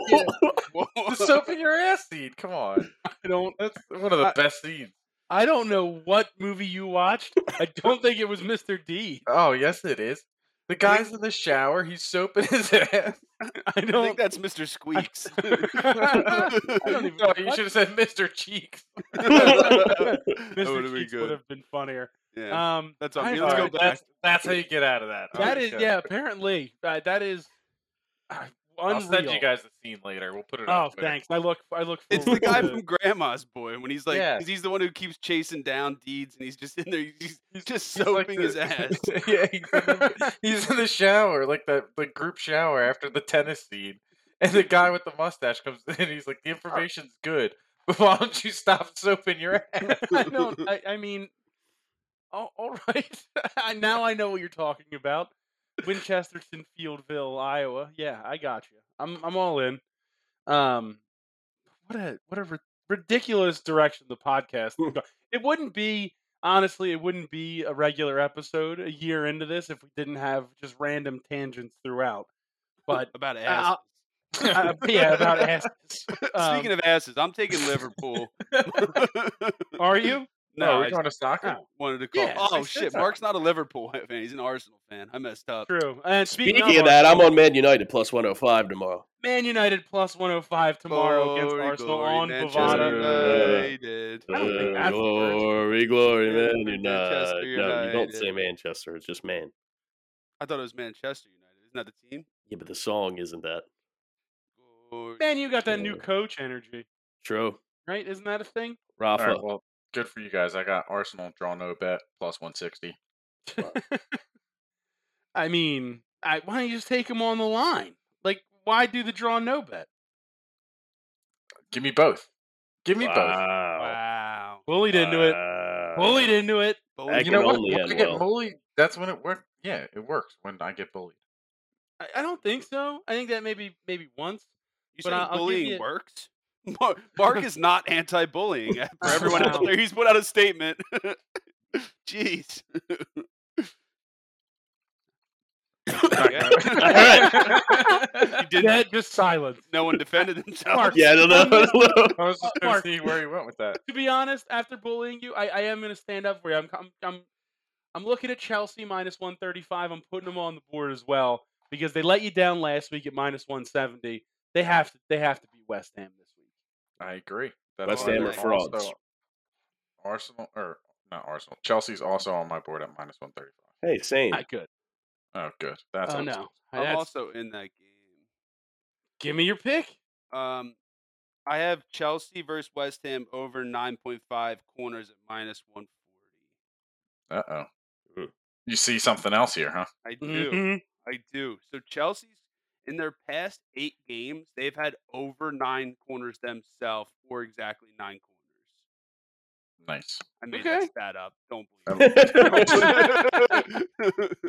Speaker 4: Whoa.
Speaker 5: The soap in your ass scene. Come on.
Speaker 1: I don't.
Speaker 5: That's one of the
Speaker 1: I-
Speaker 5: best scenes.
Speaker 1: I don't know what movie you watched. I don't think it was Mr. D.
Speaker 5: [LAUGHS] Oh, yes, it is. The guy's in the shower. He's soaping [LAUGHS] his ass.
Speaker 1: I
Speaker 4: I think
Speaker 1: don't.
Speaker 4: that's Mr.
Speaker 5: [LAUGHS]
Speaker 4: Squeaks.
Speaker 1: [LAUGHS]
Speaker 4: [LAUGHS]
Speaker 1: I don't even.
Speaker 5: No, you should have said Mr. Cheeks.
Speaker 1: [LAUGHS]
Speaker 4: that
Speaker 1: Mr.
Speaker 4: would have been
Speaker 1: Cheeks would
Speaker 4: good.
Speaker 1: have been funnier.
Speaker 4: Yeah.
Speaker 5: uh,
Speaker 1: Um,
Speaker 4: That's on
Speaker 1: I
Speaker 4: me.
Speaker 1: don't know.
Speaker 4: Let's go
Speaker 5: Alright,
Speaker 4: back.
Speaker 5: that's, that's how you get out of that.
Speaker 1: That
Speaker 5: Alright,
Speaker 1: is,
Speaker 5: good.
Speaker 1: yeah. Apparently, uh, that is uh,
Speaker 5: I'll
Speaker 1: unreal.
Speaker 5: send you guys the scene later. We'll put it on
Speaker 1: Oh,
Speaker 5: Twitter.
Speaker 1: thanks. I look. I look.
Speaker 4: It's the
Speaker 5: [LAUGHS]
Speaker 1: forward
Speaker 4: guy
Speaker 1: to-
Speaker 4: from Grandma's Boy when he's like,
Speaker 5: Yeah.
Speaker 4: 'cause he's the one who keeps chasing down deeds, and he's just in there, he's
Speaker 5: He's-
Speaker 4: just
Speaker 5: he's like
Speaker 4: soaping
Speaker 5: the-
Speaker 4: his
Speaker 5: [LAUGHS]
Speaker 4: ass.
Speaker 5: [LAUGHS] yeah, he's in, the, he's in the shower, like the, the group shower after the tennis scene. And the guy with the mustache comes in and he's like, The information's good, [LAUGHS] but why don't you stop soaping your ass?
Speaker 1: [LAUGHS] I
Speaker 3: [LAUGHS]
Speaker 1: don't. I, I mean, all, all [LAUGHS] right. I- now I know what you're talking about. Winchesterton, Fieldville, Iowa. Yeah, I got you. I'm I'm all in. Um, what a what a ri- ridiculous direction the podcast. is
Speaker 3: [LAUGHS]
Speaker 1: go- it wouldn't be honestly. It wouldn't be a regular episode a year into this if we didn't have just random tangents
Speaker 3: [LAUGHS]
Speaker 1: throughout. But
Speaker 4: About
Speaker 1: uh,
Speaker 4: ass.
Speaker 1: uh, yeah, about asses.
Speaker 4: [LAUGHS] Speaking
Speaker 5: um
Speaker 4: of asses, I'm taking
Speaker 5: [LAUGHS]
Speaker 4: Liverpool. [LAUGHS]
Speaker 1: of, are you?
Speaker 5: no,
Speaker 4: no,
Speaker 5: we're
Speaker 4: I
Speaker 5: going to soccer.
Speaker 1: Oh.
Speaker 4: wanted to call.
Speaker 1: Yes, I
Speaker 4: oh
Speaker 1: said
Speaker 4: shit,
Speaker 1: so.
Speaker 4: Mark's not a Liverpool [LAUGHS] fan. He's an Arsenal fan. I messed up.
Speaker 1: True. And
Speaker 3: Speaking of that, I'm on Man United plus 105 tomorrow.
Speaker 1: Man United plus 105 tomorrow against
Speaker 4: Glory,
Speaker 1: Arsenal
Speaker 4: glory,
Speaker 1: on
Speaker 4: Manchester
Speaker 1: Bovada.
Speaker 4: United.
Speaker 1: I don't think that's the first-
Speaker 3: glory, glory,
Speaker 4: Yeah,
Speaker 3: Man
Speaker 4: Manchester
Speaker 3: United. No, you don't say
Speaker 4: United.
Speaker 3: Manchester. It's just man.
Speaker 4: I thought it was Manchester United. Isn't that the team?
Speaker 3: Yeah, but the song isn't that
Speaker 4: Glory.
Speaker 1: Man, you got that new
Speaker 3: Yeah.
Speaker 1: coach energy,
Speaker 3: true.
Speaker 1: right? Isn't that a thing?
Speaker 5: All
Speaker 3: Rafa,
Speaker 5: right, well, good for you guys. I got Arsenal draw no bet plus 160.
Speaker 1: I mean, I, why don't you just take him on the line? Like, why do the draw no bet?
Speaker 5: Give me both. Give me both.
Speaker 3: wow,
Speaker 4: Wow.
Speaker 1: Bullied into it.
Speaker 3: [LAUGHS]
Speaker 1: Bullied into it.
Speaker 3: I
Speaker 5: You
Speaker 3: can
Speaker 5: know what?
Speaker 3: only
Speaker 5: When
Speaker 3: end
Speaker 5: I get
Speaker 3: well.
Speaker 5: bullied, that's when it works. Yeah, it works when I get bullied.
Speaker 1: I, I don't think so. I think that maybe maybe once.
Speaker 4: [LAUGHS] You
Speaker 1: But
Speaker 4: said
Speaker 1: I- I'll give
Speaker 4: bullying
Speaker 1: you-
Speaker 4: works. [LAUGHS] Mark, Mark is not
Speaker 1: [LAUGHS]
Speaker 4: anti-bullying. [LAUGHS] For everyone out
Speaker 1: Wow.
Speaker 4: there, he's put out a statement. [LAUGHS] Jeez. Yeah.
Speaker 1: [LAUGHS]
Speaker 4: did
Speaker 1: That just silence.
Speaker 4: No one defended themselves.
Speaker 1: [LAUGHS] Mark,
Speaker 3: Yeah, I don't know. I don't know. [LAUGHS]
Speaker 5: I was just going
Speaker 1: Mark.
Speaker 5: to see where he went with that.
Speaker 1: to be honest, after bullying you, I, I am going to stand up for you. I'm, I'm, I'm, I'm looking at Chelsea minus 135. I'm putting them on the board as well because they let you down last week at minus 170. They have to, they have to beat West Ham this week.
Speaker 5: I agree. That's
Speaker 3: West
Speaker 5: why
Speaker 4: Ham
Speaker 5: they're
Speaker 4: are
Speaker 3: frauds.
Speaker 5: also- Arsenal or not Arsenal? Chelsea's also on my board at minus one thirty-five.
Speaker 3: Hey, same.
Speaker 1: Not good.
Speaker 5: Oh, good. That's
Speaker 1: oh
Speaker 5: awesome.
Speaker 1: no.
Speaker 4: I'm
Speaker 1: That's-
Speaker 4: also in that game.
Speaker 1: give me your pick.
Speaker 4: Um, I have Chelsea versus West Ham over 9.5 corners at minus 140.
Speaker 5: Uh oh.
Speaker 3: Mm.
Speaker 5: You see something else here, huh?
Speaker 4: I do.
Speaker 1: Mhm.
Speaker 4: I do. So Chelsea's in their past eight games, they've had over nine corners themselves, or exactly nine corners.
Speaker 5: Nice.
Speaker 4: I made
Speaker 1: Okay.
Speaker 4: that stat up. Don't
Speaker 5: Um,
Speaker 4: believe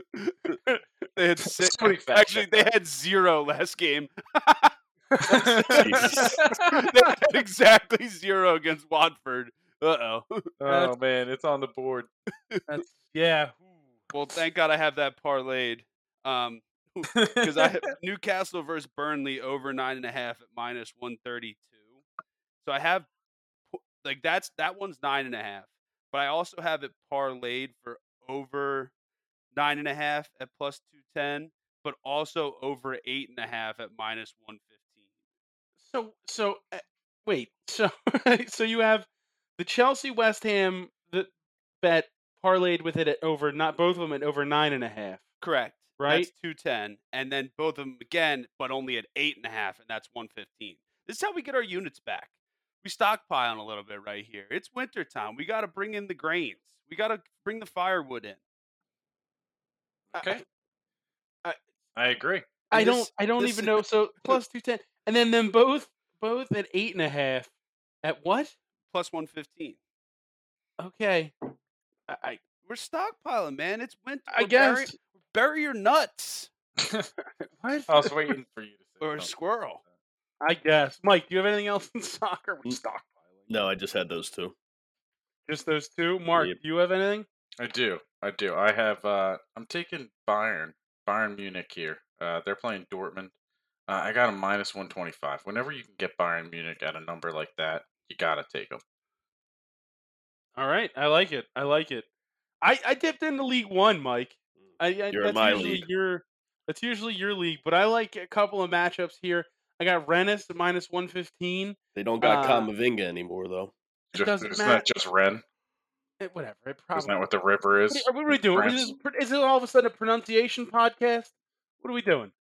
Speaker 4: [LAUGHS] it. [LAUGHS] they had six.
Speaker 5: Somebody fact
Speaker 4: [LAUGHS] Actually,
Speaker 5: check
Speaker 4: they
Speaker 5: that.
Speaker 4: had zero last game. [LAUGHS]
Speaker 1: [LAUGHS]
Speaker 3: Jesus.
Speaker 4: they had exactly zero against Watford. Uh oh.
Speaker 5: [LAUGHS] Oh man, it's on the board.
Speaker 1: That's, yeah.
Speaker 4: Well, thank God I have that parlayed. Um,
Speaker 2: [LAUGHS]
Speaker 4: because I have Newcastle versus Burnley over nine and a half at minus one thirty two. So I have po- like that's that one's nine and a half, but I also have it parlayed for over nine and a half at plus two ten, but also over eight and a half at minus one fifteen.
Speaker 1: So, so uh, wait. So, [LAUGHS] so you have the Chelsea West Ham the bet parlayed with it at over not both of them at over nine and a half.
Speaker 4: Correct.
Speaker 1: Right?
Speaker 4: That's two ten, and then both of them again, but only at eight and a half, and that's one fifteen. This is how we get our units back. We stockpiling a little bit right here. It's winter time. We got to bring in the grains. We got to bring the firewood in.
Speaker 5: Okay.
Speaker 1: I-
Speaker 5: I agree.
Speaker 1: I
Speaker 4: And
Speaker 1: don't.
Speaker 4: this-
Speaker 1: I don't
Speaker 4: this
Speaker 1: even
Speaker 4: is-
Speaker 1: know. So plus two ten, and then them both, both at eight and a half. At what?
Speaker 4: Plus one fifteen.
Speaker 1: Okay. I, I,
Speaker 4: We're stockpiling, man. It's winter.
Speaker 1: I
Speaker 4: We're bury-
Speaker 1: guess.
Speaker 4: bury your nuts
Speaker 1: What?
Speaker 5: I was waiting for you to say.
Speaker 4: or a
Speaker 5: something.
Speaker 4: squirrel.
Speaker 1: I guess. Mike, do you have anything else in [LAUGHS] soccer? We stockpiling.
Speaker 3: [LAUGHS] No, I just had those two.
Speaker 1: Just those two. Mark,
Speaker 3: Yep.
Speaker 1: do you have anything?
Speaker 5: I do. I do. I have. uh I'm taking Bayern Bayern Munich here. Uh, they're playing Dortmund. Uh, I got a minus 125. Whenever you can get Bayern Munich at a number like that, you got to take them.
Speaker 1: All right, I like it. I like it. I I dipped into League One, Mike. I, I
Speaker 3: Mm. You're in
Speaker 1: that's
Speaker 3: my
Speaker 1: usually
Speaker 3: league.
Speaker 1: your that's usually your league, but I like a couple of matchups here. I got Rennes at minus one fifteen.
Speaker 3: They don't got
Speaker 1: Uh,
Speaker 3: Kamavinga anymore though.
Speaker 1: It
Speaker 5: Just,
Speaker 1: doesn't
Speaker 5: isn't
Speaker 1: matter.
Speaker 5: that just Ren?
Speaker 1: Eh, Whatever, it
Speaker 5: Isn't
Speaker 1: probably.
Speaker 5: that what the river is?
Speaker 1: What are- what are we
Speaker 5: in
Speaker 1: doing? We're
Speaker 5: France?
Speaker 1: just pr- Is it all of a sudden a pronunciation podcast? What are we doing?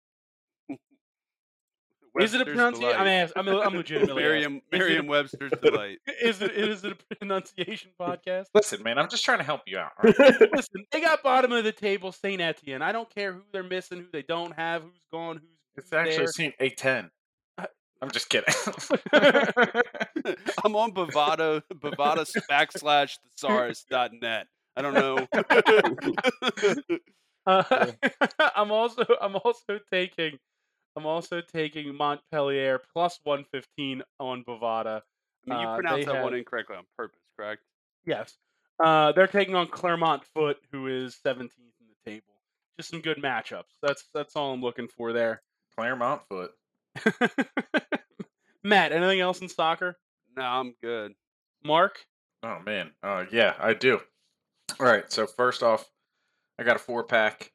Speaker 1: Is it a
Speaker 4: Webster's
Speaker 1: pronunciation? I'm
Speaker 4: [LAUGHS] Delight.
Speaker 1: ask, I'm, I'm legitimately. asking.
Speaker 4: Merriam Merriam Webster's
Speaker 1: [LAUGHS]
Speaker 4: delight. [LAUGHS]
Speaker 1: Is it is it a [LAUGHS] pronunciation podcast?
Speaker 5: Listen, man, I'm just trying to help you out. all right?
Speaker 1: [LAUGHS] Listen, they got bottom of the table Saint Etienne. I don't care who they're missing, who they don't have, who's gone, who's
Speaker 5: It's
Speaker 1: who's
Speaker 5: actually
Speaker 1: there. Uh,
Speaker 5: seen a ten.
Speaker 1: I-
Speaker 5: I'm just kidding. [LAUGHS]
Speaker 4: I'm on Bovada Bovada backslash thesaurus.net. I don't know.
Speaker 1: [LAUGHS] Uh, [LAUGHS] I'm also I'm also taking I'm also taking Montpellier plus 115 on Bovada.
Speaker 4: I mean, you
Speaker 1: Uh,
Speaker 4: pronounced
Speaker 1: they
Speaker 4: that one
Speaker 1: have-
Speaker 4: incorrectly on purpose, correct?
Speaker 1: Yes. Uh, they're taking on Clermont Foot, who is 17th in the table. Just some good matchups. That's that's all I'm looking for there. [LAUGHS]
Speaker 5: Claremont foot.
Speaker 1: Matt, anything else in soccer?
Speaker 4: No, I'm good.
Speaker 1: Mark?
Speaker 5: Oh man. Uh, yeah, I do. All right. So first off, I got a four pack.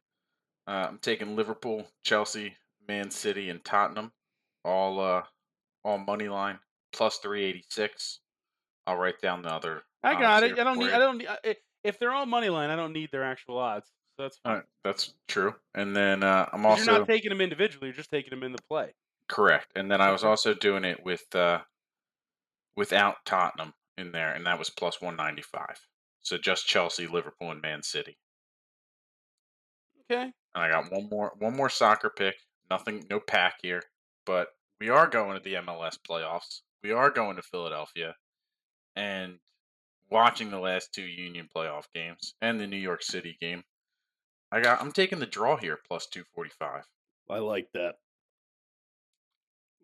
Speaker 5: Uh, I'm taking Liverpool, Chelsea, Man City, and Tottenham. All uh, all money line plus three eighty six. I'll write down the other.
Speaker 1: I
Speaker 5: odds
Speaker 1: got it.
Speaker 5: here
Speaker 1: I don't
Speaker 5: for
Speaker 1: need.
Speaker 5: you.
Speaker 1: I don't need. I- i- If they're on money line, I don't need their actual odds. So that's
Speaker 5: All
Speaker 1: fine.
Speaker 5: right, that's true. And then uh, I'm
Speaker 1: 'Cause
Speaker 5: also
Speaker 1: you're not taking them individually. You're just taking them in the play.
Speaker 5: correct. And then I was also doing it with uh, without Tottenham in there, and that was plus one ninety five. So just Chelsea, Liverpool, and Man City.
Speaker 1: Okay.
Speaker 5: and I got one more one more soccer pick. Nothing, no pack here, but we are going to the MLS playoffs. We are going to Philadelphia, and watching the last two Union playoff games and the New York City game. I got. I'm taking the draw here, plus two forty five.
Speaker 3: I like that.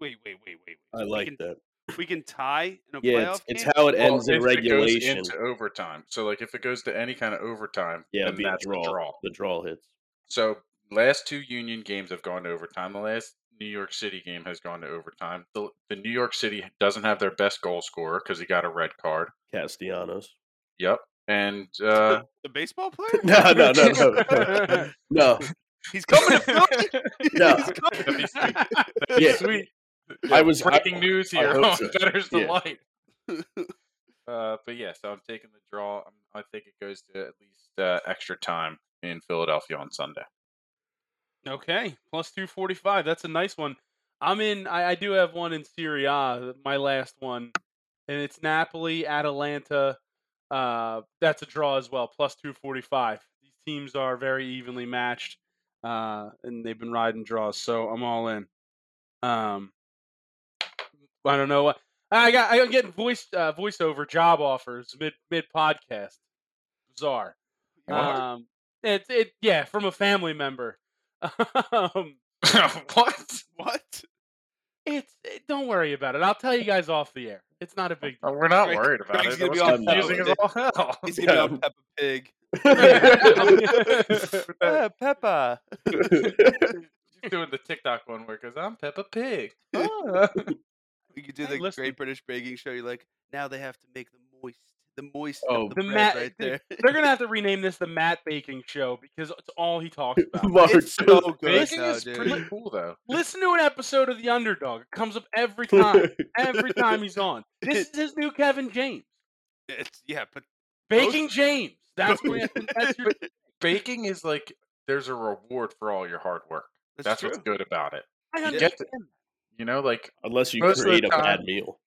Speaker 4: Wait, wait, wait, wait, wait.
Speaker 3: I like
Speaker 4: we can,
Speaker 3: that.
Speaker 4: We can tie in a
Speaker 3: Uh, Yeah,
Speaker 4: playoff
Speaker 3: it's, it's
Speaker 4: game?
Speaker 3: how it ends in
Speaker 5: It
Speaker 3: regulation.
Speaker 5: goes into overtime. So like, if it goes to any kind of overtime,
Speaker 3: yeah,
Speaker 5: then
Speaker 3: it'd be a
Speaker 5: that's
Speaker 3: draw.
Speaker 5: the draw.
Speaker 3: The draw hits.
Speaker 5: So last two Union games have gone to overtime. The last New York City game has gone to overtime. The, the New York City doesn't have their best goal scorer because he got a red card.
Speaker 3: Castellanos.
Speaker 5: Yep. And [LAUGHS] uh,
Speaker 4: the baseball player?
Speaker 3: [LAUGHS] No, no, no, no, no.
Speaker 4: He's coming to Philly. [LAUGHS]
Speaker 3: No.
Speaker 4: He's coming.
Speaker 3: Yeah,
Speaker 5: sweet.
Speaker 3: I was
Speaker 5: breaking news
Speaker 3: I
Speaker 5: here.
Speaker 3: hope
Speaker 1: [LAUGHS]
Speaker 5: on
Speaker 3: so.
Speaker 5: Better's
Speaker 3: Yeah.
Speaker 5: delight. Uh, but yeah, so I'm taking the draw. Um, i I think it goes to at least uh, extra time in Philadelphia on Sunday. [LAUGHS]
Speaker 1: Okay. Plus two forty five. That's a nice one. I'm in. I, I do have one in Syria. My last one, and it's Napoli, Atalanta. Uh, that's a draw as well. Plus two forty five. These teams are very evenly matched, uh, and they've been riding draws. So I'm all in. Um, I don't know what I got. I got getting voice uh, voiceover job offers mid mid podcast. Bizarre.
Speaker 5: What?
Speaker 1: Um, it it yeah from a family member. [LAUGHS] um,
Speaker 5: what?
Speaker 4: [LAUGHS] What?
Speaker 1: it's it, don't worry about it. I'll tell you guys off the air. It's not a
Speaker 3: [LAUGHS]
Speaker 1: big.
Speaker 5: Oh, We're not
Speaker 4: Craig-
Speaker 5: worried about
Speaker 4: Craig's
Speaker 5: it.
Speaker 4: gonna
Speaker 5: It
Speaker 4: be
Speaker 5: was
Speaker 3: on
Speaker 5: confusing as all hell.
Speaker 4: He's gonna be
Speaker 3: Yeah.
Speaker 4: on Peppa Pig.
Speaker 3: [LAUGHS]
Speaker 1: deal.
Speaker 4: [LAUGHS] Ah, Peppa.
Speaker 5: She's doing the TikTok one where because I'm Peppa Pig.
Speaker 4: You could do
Speaker 1: Hey,
Speaker 4: the
Speaker 1: listen.
Speaker 4: Great British Baking Show. You're like, now they have to make the moist, the moist
Speaker 3: Oh.
Speaker 4: of the,
Speaker 1: The
Speaker 4: bread
Speaker 1: ma-
Speaker 4: right
Speaker 1: the-
Speaker 4: there.
Speaker 1: They're gonna have to rename this the Matt Baking Show because it's all he
Speaker 3: [LAUGHS]
Speaker 1: talks about.
Speaker 3: Mark,
Speaker 4: It's so good,
Speaker 5: Baking
Speaker 4: though,
Speaker 5: is pretty
Speaker 4: dude.
Speaker 5: cool though.
Speaker 1: Listen to an episode of The Underdog. It comes up
Speaker 3: [LAUGHS]
Speaker 1: every time. Every time he's on. This is his new Kevin James.
Speaker 3: Oh,
Speaker 4: It's yeah, but
Speaker 1: Baking James. That's what we
Speaker 3: [LAUGHS]
Speaker 1: have to- that's your
Speaker 5: Baking is like there's a reward for all your hard work. That's,
Speaker 4: that's,
Speaker 5: what's
Speaker 4: true.
Speaker 5: good about it.
Speaker 1: I
Speaker 5: You
Speaker 1: understand.
Speaker 5: get to, you know, like
Speaker 3: Unless you
Speaker 5: Most of the
Speaker 3: create a
Speaker 5: time-
Speaker 3: bad meal.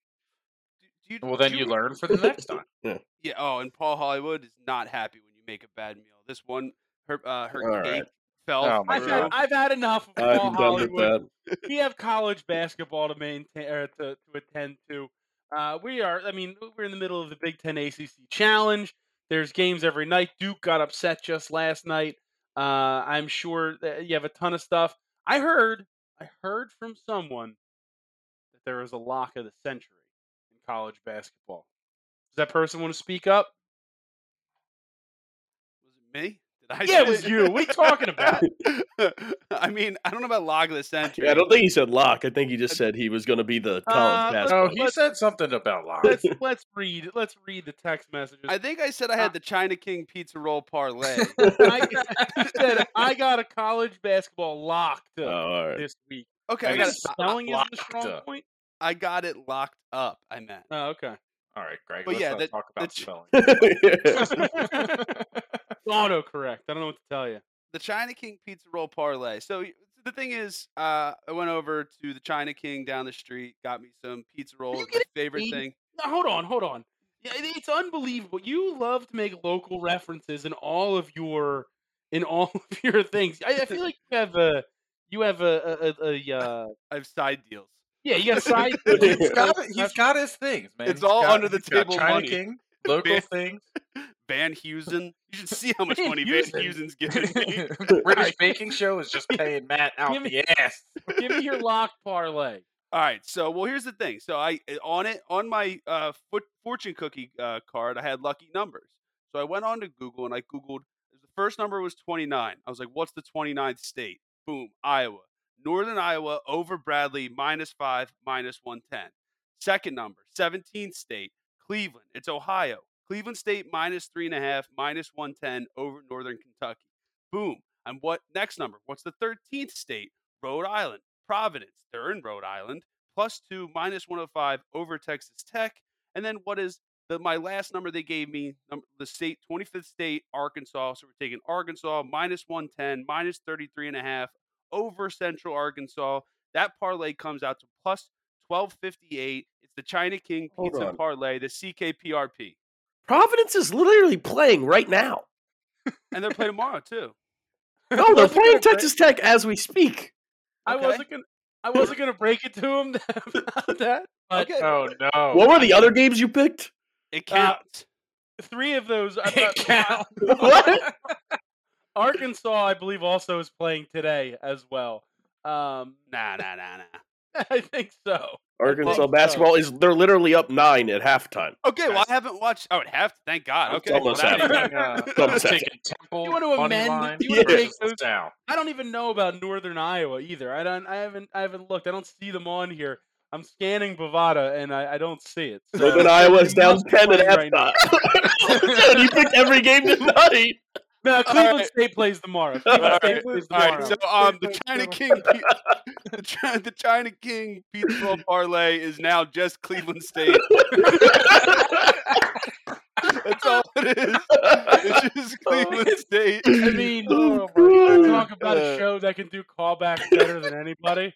Speaker 4: Do
Speaker 5: well, then
Speaker 4: do
Speaker 5: you
Speaker 4: re-
Speaker 5: learn for the next time.
Speaker 4: Yeah. Oh, and Paul Hollywood is not happy when you make a bad meal. This one, her uh, her
Speaker 3: All
Speaker 4: cake
Speaker 3: right.
Speaker 4: fell.
Speaker 5: Oh, my
Speaker 1: I've had,
Speaker 4: through.
Speaker 5: God.
Speaker 1: I've had enough of
Speaker 3: I'm
Speaker 1: Paul
Speaker 3: done with
Speaker 1: Hollywood.
Speaker 3: that.
Speaker 1: We have college basketball to maintain or to, to attend to. Uh, we are. I mean, we're in the middle of the Big Ten ACC Challenge. There's games every night. Duke got upset just last night. Uh, I'm sure that you have a ton of stuff. I heard. I heard from someone that there is a lock of the century in college basketball. Does that person want to speak up?
Speaker 4: Was it me? Did I
Speaker 1: Yeah, it
Speaker 4: said-
Speaker 1: was you. What are you
Speaker 4: [LAUGHS]
Speaker 1: talking about?
Speaker 4: I mean, I don't know about log of the century.
Speaker 3: Yeah, I don't think he said lock. I think he just said he was going to be the
Speaker 4: Uh,
Speaker 3: college pass.
Speaker 5: No,
Speaker 3: Oh,
Speaker 5: he said something about lies.
Speaker 1: let's let's read let's read the text messages.
Speaker 4: I think I
Speaker 1: Uh
Speaker 4: said I had the China King pizza roll
Speaker 3: [LAUGHS]
Speaker 4: parlay.
Speaker 1: I said I got a college basketball locked up
Speaker 3: Oh, all right.
Speaker 1: this week.
Speaker 4: Okay, I
Speaker 5: And
Speaker 1: I
Speaker 4: got,
Speaker 1: got
Speaker 4: it,
Speaker 5: it's-
Speaker 1: spelling is the
Speaker 5: locked
Speaker 1: strong
Speaker 5: up.
Speaker 1: point.
Speaker 4: I got it locked up. I meant.
Speaker 1: Oh,
Speaker 5: [LAUGHS]
Speaker 1: okay. [LAUGHS]
Speaker 5: All right, Greg.
Speaker 4: But
Speaker 5: let's
Speaker 4: yeah,
Speaker 5: not
Speaker 4: the-
Speaker 5: talk about
Speaker 4: the-
Speaker 5: spelling.
Speaker 1: Autocorrect. I don't know what to tell you.
Speaker 4: the China King pizza roll parlay. So y- the thing is, uh, I went over to the China King down the street, got me some pizza rolls, my
Speaker 1: get
Speaker 4: favorite
Speaker 1: paid?
Speaker 4: thing.
Speaker 1: No, hold on, hold on. Yeah, it- it's unbelievable. You love to make local references in all of your in all [LAUGHS] of your things. I, I feel like you have a you have a a, a, a uh,
Speaker 4: I have side deals.
Speaker 1: yeah. You got a side.
Speaker 5: [LAUGHS] he's, got, he's got his things, man.
Speaker 4: It's
Speaker 5: He's
Speaker 4: all
Speaker 5: got-
Speaker 4: under the
Speaker 5: he's got
Speaker 4: table
Speaker 5: China
Speaker 4: money.
Speaker 5: King, local
Speaker 4: Man.
Speaker 5: things,
Speaker 1: [LAUGHS]
Speaker 4: Van Heusen. You should see how much
Speaker 1: Van
Speaker 4: money Van
Speaker 1: Heusen.
Speaker 4: Heusen's giving
Speaker 1: [LAUGHS]
Speaker 4: me.
Speaker 5: [LAUGHS] British Baking Show is just paying Matt out
Speaker 1: Give me-
Speaker 5: the ass.
Speaker 1: Give me your lock parlay.
Speaker 4: All right. So, well, here's the thing. So, I eh, on it on my uh, foot, fortune cookie uh, card, I had lucky numbers. So, I went on to Google and I googled. The first number was 29. I was like, "What's the 29th state?" Boom, Iowa. Northern Iowa over Bradley minus five minus 110. Second number, 17th state, Cleveland. It's Ohio. Cleveland State minus three and a half minus 110 over Northern Kentucky. Boom. And what next number? What's the 13th state? Rhode Island. Providence. They're in Rhode Island. Plus two, minus 105 over Texas Tech. And then what is the my last number they gave me? Number, the state, 25th state, Arkansas. So we're taking Arkansas minus 110, minus 33 and a half over Central Arkansas. That parlay comes out to plus 1258. It's the China King
Speaker 3: Hold
Speaker 4: Pizza
Speaker 3: on.
Speaker 4: Parlay, the CKPRP.
Speaker 3: [LAUGHS] Providence is literally playing right now.
Speaker 4: And they're playing tomorrow, too.
Speaker 3: No, they're
Speaker 1: Wasn't it
Speaker 3: playing
Speaker 1: a great-
Speaker 3: Texas Tech as we speak.
Speaker 1: I
Speaker 4: Okay.
Speaker 1: wasn't gonna. I wasn't gonna break it to him [LAUGHS] about that. But
Speaker 4: Okay.
Speaker 5: Oh no!
Speaker 3: What were the other games you picked? [LAUGHS]
Speaker 4: It
Speaker 1: Uh,
Speaker 4: counts.
Speaker 1: three of those. I
Speaker 4: [LAUGHS]
Speaker 5: It
Speaker 1: thought-
Speaker 3: What?
Speaker 1: Arkansas, I believe, also is playing today as well. Um, [LAUGHS]
Speaker 4: nah, nah, nah, nah.
Speaker 1: I think so.
Speaker 3: Arkansas
Speaker 1: so.
Speaker 3: basketball is they're literally up nine
Speaker 1: [LAUGHS]
Speaker 3: at halftime.
Speaker 4: Okay, well, I haven't watched. I would have to. Thank God.
Speaker 3: It's
Speaker 4: Okay. well,
Speaker 3: almost
Speaker 4: [LAUGHS] that
Speaker 3: happened.
Speaker 4: ain't-
Speaker 5: Uh,
Speaker 3: Double
Speaker 5: he's
Speaker 3: second.
Speaker 5: taking Temple,
Speaker 1: You want to
Speaker 5: money
Speaker 1: amend-
Speaker 5: line,
Speaker 1: you wanna
Speaker 5: Texas
Speaker 1: break those-
Speaker 5: down.
Speaker 1: I don't even know about Northern Iowa either. I don't. I haven't. I haven't looked. I don't see them on here. I'm scanning Bovada and I, I don't see it. So
Speaker 4: [LAUGHS]
Speaker 3: Northern Iowa is
Speaker 1: they
Speaker 3: down
Speaker 1: must be
Speaker 3: ten at
Speaker 1: playing right
Speaker 3: halftime. [LAUGHS] Dude, you picked every game tonight. [LAUGHS]
Speaker 1: no, Cleveland
Speaker 4: right.
Speaker 1: State plays tomorrow.
Speaker 3: All
Speaker 1: Cleveland State
Speaker 4: right.
Speaker 1: plays
Speaker 4: [LAUGHS] All
Speaker 1: tomorrow.
Speaker 4: right, so um, [LAUGHS] the China King, pi- the China, the China King pizza roll parlay is now just Cleveland State. [LAUGHS] That's all it is.
Speaker 1: Oh
Speaker 4: It's just Cleveland State.
Speaker 1: I mean,
Speaker 4: [LAUGHS]
Speaker 3: Oh,
Speaker 1: talk about a show that can do callbacks better than anybody.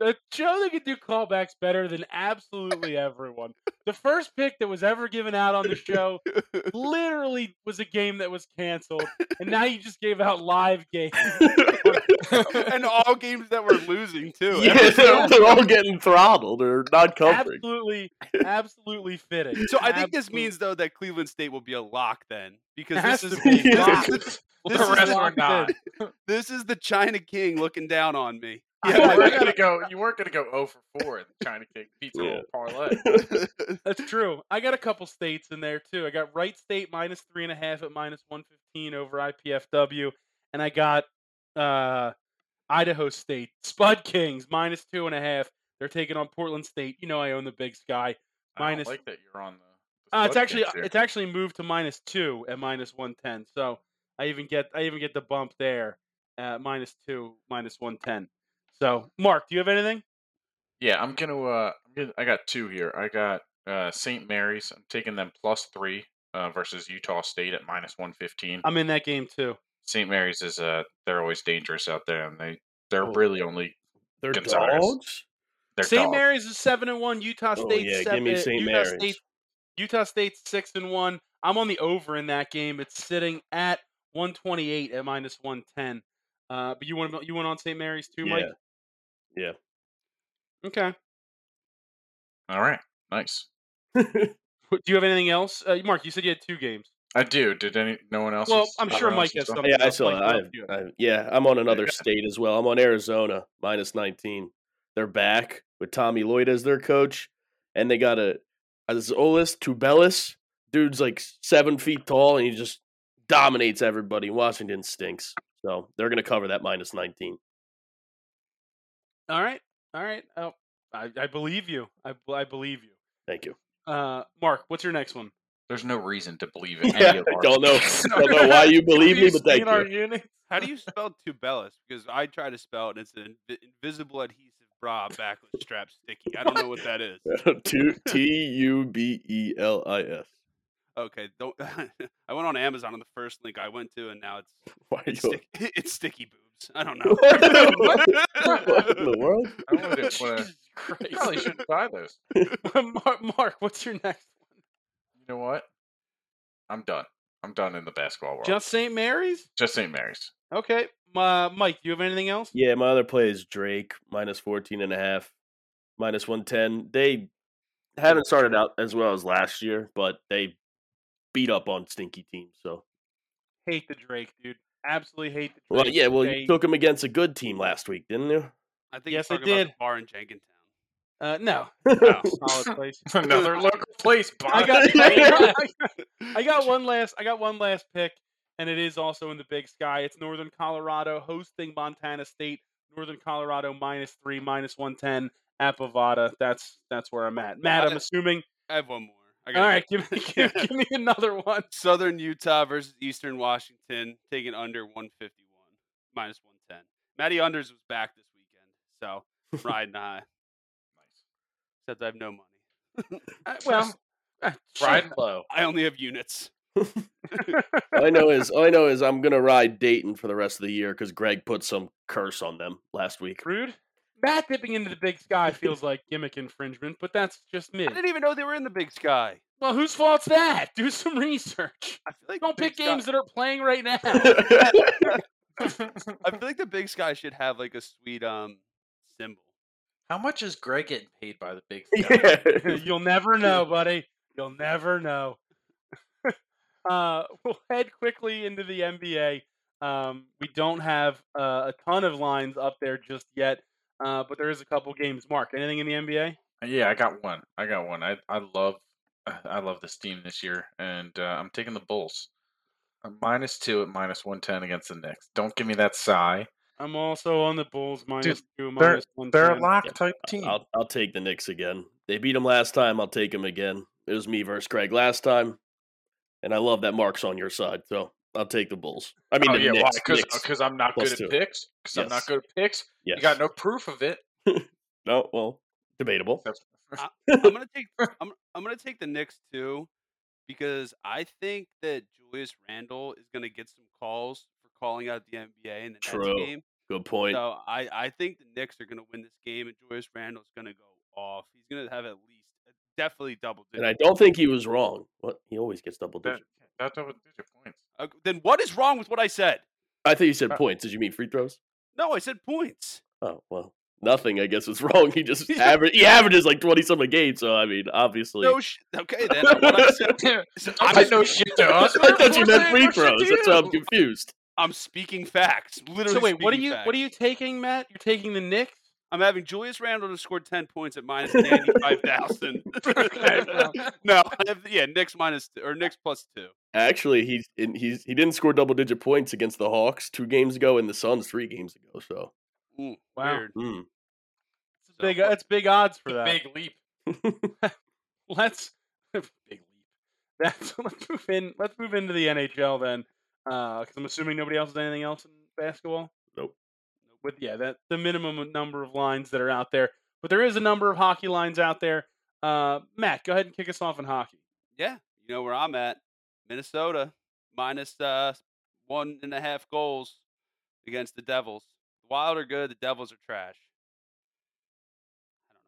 Speaker 1: A show that can do callbacks better than absolutely everyone. The first pick that was ever given out on the show literally was a game that was canceled, and now you just gave out live games.
Speaker 4: and all games that we're losing too.
Speaker 3: Yeah, they're, they're all getting throttled or not covering.
Speaker 1: Absolutely, absolutely fitting.
Speaker 4: So I think this
Speaker 1: Absolutely.
Speaker 4: means though that Cleveland State will be a lock then, because
Speaker 1: Has
Speaker 4: this is
Speaker 1: to be. [LAUGHS]
Speaker 4: this
Speaker 1: Lock.
Speaker 4: is the-
Speaker 5: The
Speaker 4: This is
Speaker 5: rest were
Speaker 1: locked
Speaker 5: not.
Speaker 1: in.
Speaker 4: this is the China King looking down on me.
Speaker 5: You
Speaker 4: Yeah,
Speaker 5: weren't gonna
Speaker 1: [LAUGHS]
Speaker 5: go. You weren't gonna go zero for four in the China King pizza
Speaker 3: Yeah.
Speaker 5: roll parlay.
Speaker 1: [LAUGHS] That's true. I got a couple states in there too. I got Wright State minus three and a half at minus one fifteen over IPFW, and I got uh, Idaho State Spud Kings minus two and a half. They're taking on Portland State. You know I own the Big Sky.
Speaker 5: I don't
Speaker 1: Minus-
Speaker 5: like that you're on the. the
Speaker 1: Uh, it's
Speaker 5: Spud
Speaker 1: actually
Speaker 5: Kings here.
Speaker 1: it's actually moved to minus two at minus one ten. So I even get I even get the bump there at minus two minus one ten. So Mark, do you have anything?
Speaker 5: Yeah, I'm gonna. Uh, I'm gonna. I got two here. I got uh, St. Mary's. I'm taking them plus three uh, versus Utah State at minus one fifteen.
Speaker 1: I'm in that game too.
Speaker 5: St. Mary's is uh, they're always dangerous out there, and they they're
Speaker 3: Oh.
Speaker 5: really only
Speaker 3: They're
Speaker 5: Gonzalez.
Speaker 3: dogs.
Speaker 5: they're
Speaker 1: St.
Speaker 5: dogs.
Speaker 1: Mary's is seven and one. Utah
Speaker 3: Oh,
Speaker 1: State.
Speaker 3: yeah, give
Speaker 1: seven, uh,
Speaker 3: me St.
Speaker 1: Utah
Speaker 3: Mary's.
Speaker 1: State, Utah State's six and one. I'm on the over in that game. It's sitting at 128 at minus 110. Uh, but you want you went on St. Mary's too, Mike?
Speaker 3: Yeah.
Speaker 1: Okay.
Speaker 5: All right, nice.
Speaker 1: Wh- Do you have anything else, uh, Mark? You said you had two games.
Speaker 5: I do. Did any? No one else?
Speaker 1: Well,
Speaker 5: is-
Speaker 1: I'm
Speaker 5: no
Speaker 1: sure
Speaker 5: one
Speaker 1: Mike
Speaker 5: else is
Speaker 1: has
Speaker 5: on?
Speaker 1: something.
Speaker 3: Yeah, I
Speaker 1: else.
Speaker 3: saw.
Speaker 1: Mike, what
Speaker 3: I,
Speaker 1: else do you have?
Speaker 3: I, yeah, I'm on another state as well. I'm on Arizona minus 19. They're back with Tommy Lloyd as their coach, and they uh, got a Azolis Tubelis. Dude's like seven feet tall, and he just dominates everybody. Washington stinks. So they're going to cover that minus 19.
Speaker 1: All right. All right. Oh, I, I believe you. I, b- I believe you.
Speaker 3: Thank you.
Speaker 1: Uh, Mark, what's your next one?
Speaker 5: There's no reason to believe
Speaker 3: [LAUGHS]
Speaker 5: in
Speaker 3: Yeah,
Speaker 5: any of
Speaker 3: I
Speaker 5: our
Speaker 3: don't
Speaker 5: [LAUGHS]
Speaker 3: know. I don't know why you believe me, but thank you.
Speaker 4: How do you spell tubellus? Because I try to spell it, and it's an invi- invisible adhesive bra backless strap sticky. I don't know what
Speaker 3: [LAUGHS]
Speaker 4: that is.
Speaker 3: T U B E L I S.
Speaker 4: Okay, don't. [LAUGHS] I went on Amazon on the first link I went to, and now it's
Speaker 3: [LAUGHS] Why are
Speaker 4: it's,
Speaker 3: you?
Speaker 4: stick, [LAUGHS] it's sticky boobs.
Speaker 3: [LAUGHS]
Speaker 4: I don't know. [LAUGHS]
Speaker 3: What in the world?
Speaker 5: I wonder if,
Speaker 1: [LAUGHS]
Speaker 5: uh,
Speaker 1: Jesus Christ.
Speaker 5: you probably shouldn't buy those.
Speaker 1: [LAUGHS] Mark, Mark, what's your next one?
Speaker 5: You know what? I'm done. I'm done in the basketball world.
Speaker 1: Just St. Mary's?
Speaker 5: Just St.
Speaker 3: [LAUGHS]
Speaker 5: Mary's. [LAUGHS]
Speaker 1: Okay. Uh, Mike, do you have anything else?
Speaker 3: Yeah, my other play is Drake minus 14 and a half, minus 110. They haven't started out as well as last year, but they beat up on stinky teams. So,
Speaker 1: Hate the Drake, dude. Absolutely hate the Drake.
Speaker 3: well, yeah, well,
Speaker 1: They-
Speaker 3: you took them against a good team last week, didn't you?
Speaker 4: I think
Speaker 1: Yes,
Speaker 4: yes,
Speaker 1: I
Speaker 4: he's talking about
Speaker 1: did.
Speaker 4: the bar in Jenkintown.
Speaker 1: uh, no.
Speaker 4: Oh.
Speaker 1: Solid [LAUGHS] place.
Speaker 5: Another local place.
Speaker 1: I
Speaker 5: Bob.
Speaker 1: got, I got- I [LAUGHS] got one last. I got one last pick, and it is also in the Big Sky. It's Northern Colorado hosting Montana State. Northern Colorado minus three, minus one ten. Appavada. That's that's where I'm at. Matt, I'm
Speaker 4: Appavada.
Speaker 1: assuming.
Speaker 4: I have one more. I
Speaker 1: All
Speaker 4: gotta
Speaker 1: right,
Speaker 4: go.
Speaker 1: give me [LAUGHS] give, give me another one.
Speaker 4: Southern Utah versus Eastern Washington, taking under 151, minus 110. Matty Unders was back this weekend,
Speaker 1: [LAUGHS]
Speaker 4: so riding high. Except I have no money.
Speaker 1: Uh, Well, uh, shit.
Speaker 5: Ride low.
Speaker 4: I only have units.
Speaker 3: [LAUGHS] All I know is all I know is I'm gonna ride Dayton for the rest of the year because Greg put some curse on them last week.
Speaker 1: rude. Matt dipping into the Big [LAUGHS] Sky feels like gimmick infringement, but that's just me.
Speaker 4: I didn't even know they were in the Big Sky.
Speaker 1: Well, whose fault's that? Do some research.
Speaker 4: I feel like the
Speaker 1: Don't
Speaker 4: Big
Speaker 1: pick
Speaker 4: Sky-
Speaker 1: games that are playing right now.
Speaker 4: I feel like the Big Sky should have like a sweet um symbol.
Speaker 5: How much is Greg getting paid by the big? Sky?
Speaker 3: [LAUGHS] yeah.
Speaker 1: [LAUGHS] You'll never know, buddy. You'll never know. [LAUGHS] uh, we'll head quickly into the NBA. Um, we don't have uh, a ton of lines up there just yet, uh, but there is a couple games. Mark, anything in the NBA?
Speaker 5: Uh, Yeah, I got one. I got one. I I love [SIGHS] I love this team this year, and uh, I'm taking the Bulls. Uh, Minus two at minus one ten against the Knicks. Don't give me that sigh.
Speaker 1: I'm also on the Bulls minus two,
Speaker 5: they're-
Speaker 1: minus one.
Speaker 5: They're a
Speaker 1: ten.
Speaker 5: lock
Speaker 3: Yeah,
Speaker 5: type team.
Speaker 3: I'll I'll take the Knicks again. They beat them last time. I'll take them again. It was me versus Greg last time, and I love that Mark's on your side, so I'll take the Bulls. I mean,
Speaker 5: oh
Speaker 3: the
Speaker 5: yeah,
Speaker 3: Knicks.
Speaker 5: why?
Speaker 3: Knicks.
Speaker 5: Because I'm not
Speaker 3: plus
Speaker 5: good at
Speaker 3: two.
Speaker 5: picks. Because I'm not
Speaker 3: Yes.
Speaker 5: good at picks.
Speaker 3: Yes.
Speaker 5: You got no proof of it.
Speaker 3: no. Well, debatable.
Speaker 5: That's-
Speaker 4: I'm gonna
Speaker 1: [LAUGHS]
Speaker 4: take I'm I'm gonna take the Knicks too, because I think that Julius Randle is gonna get some calls for calling out the NBA in the
Speaker 3: True.
Speaker 4: next game.
Speaker 3: Good point.
Speaker 4: So I I think the Knicks are gonna win this game, and Julius Randle's gonna go off. He's gonna have at least uh, definitely double
Speaker 3: And I
Speaker 4: digits.
Speaker 3: don't think he was wrong. What he always gets double
Speaker 5: That,
Speaker 3: digits.
Speaker 5: that, that was these are points.
Speaker 4: Uh, then what is wrong with what I said?
Speaker 3: I think you said
Speaker 5: Uh,
Speaker 3: points. Did you mean free throws?
Speaker 4: No, I said points.
Speaker 3: Oh well, nothing. I guess is [LAUGHS] wrong. He just average. He averages like twenty some a game. So I mean, obviously.
Speaker 4: No, sh- okay then. What I said,
Speaker 1: [LAUGHS]
Speaker 4: so I'm,
Speaker 5: I
Speaker 4: spe-
Speaker 5: know shit to
Speaker 3: [LAUGHS]
Speaker 5: us.
Speaker 3: I thought you
Speaker 5: We're [LAUGHS]
Speaker 3: meant
Speaker 5: saying
Speaker 3: free
Speaker 5: no shit to
Speaker 3: throws. That's why I'm
Speaker 5: you.
Speaker 3: confused.
Speaker 4: I'm speaking facts. Literally.
Speaker 1: So wait, what are
Speaker 4: speaking
Speaker 1: you
Speaker 4: facts.
Speaker 1: what are you taking, Matt? You're taking the Knicks?
Speaker 4: I'm having Julius Randle to score 10 points at
Speaker 1: [LAUGHS]
Speaker 4: minus [LAUGHS] 95,000.
Speaker 1: Okay, well.
Speaker 4: no, I have, yeah, Knicks minus two, or Knicks plus two.
Speaker 3: Actually, he's in, he's he didn't score double digit points against the Hawks two games ago and the Suns three games ago. So
Speaker 4: Ooh,
Speaker 1: Wow.
Speaker 4: Weird.
Speaker 3: mm.
Speaker 4: So,
Speaker 1: Big, that's big odds for that.
Speaker 5: Big leap.
Speaker 1: [LAUGHS] let's big leap. [LAUGHS] That's let's move in. Let's move into the NHL then, because I'm assuming nobody else has anything else in basketball.
Speaker 3: Nope.
Speaker 1: With yeah, that the minimum number of lines that are out there, but there is a number of hockey lines out there. Uh, Matt, go ahead and kick us off in hockey.
Speaker 4: yeah, you know where I'm at. Minnesota minus uh, one and a half goals against the Devils. The Wild are good. The Devils are trash.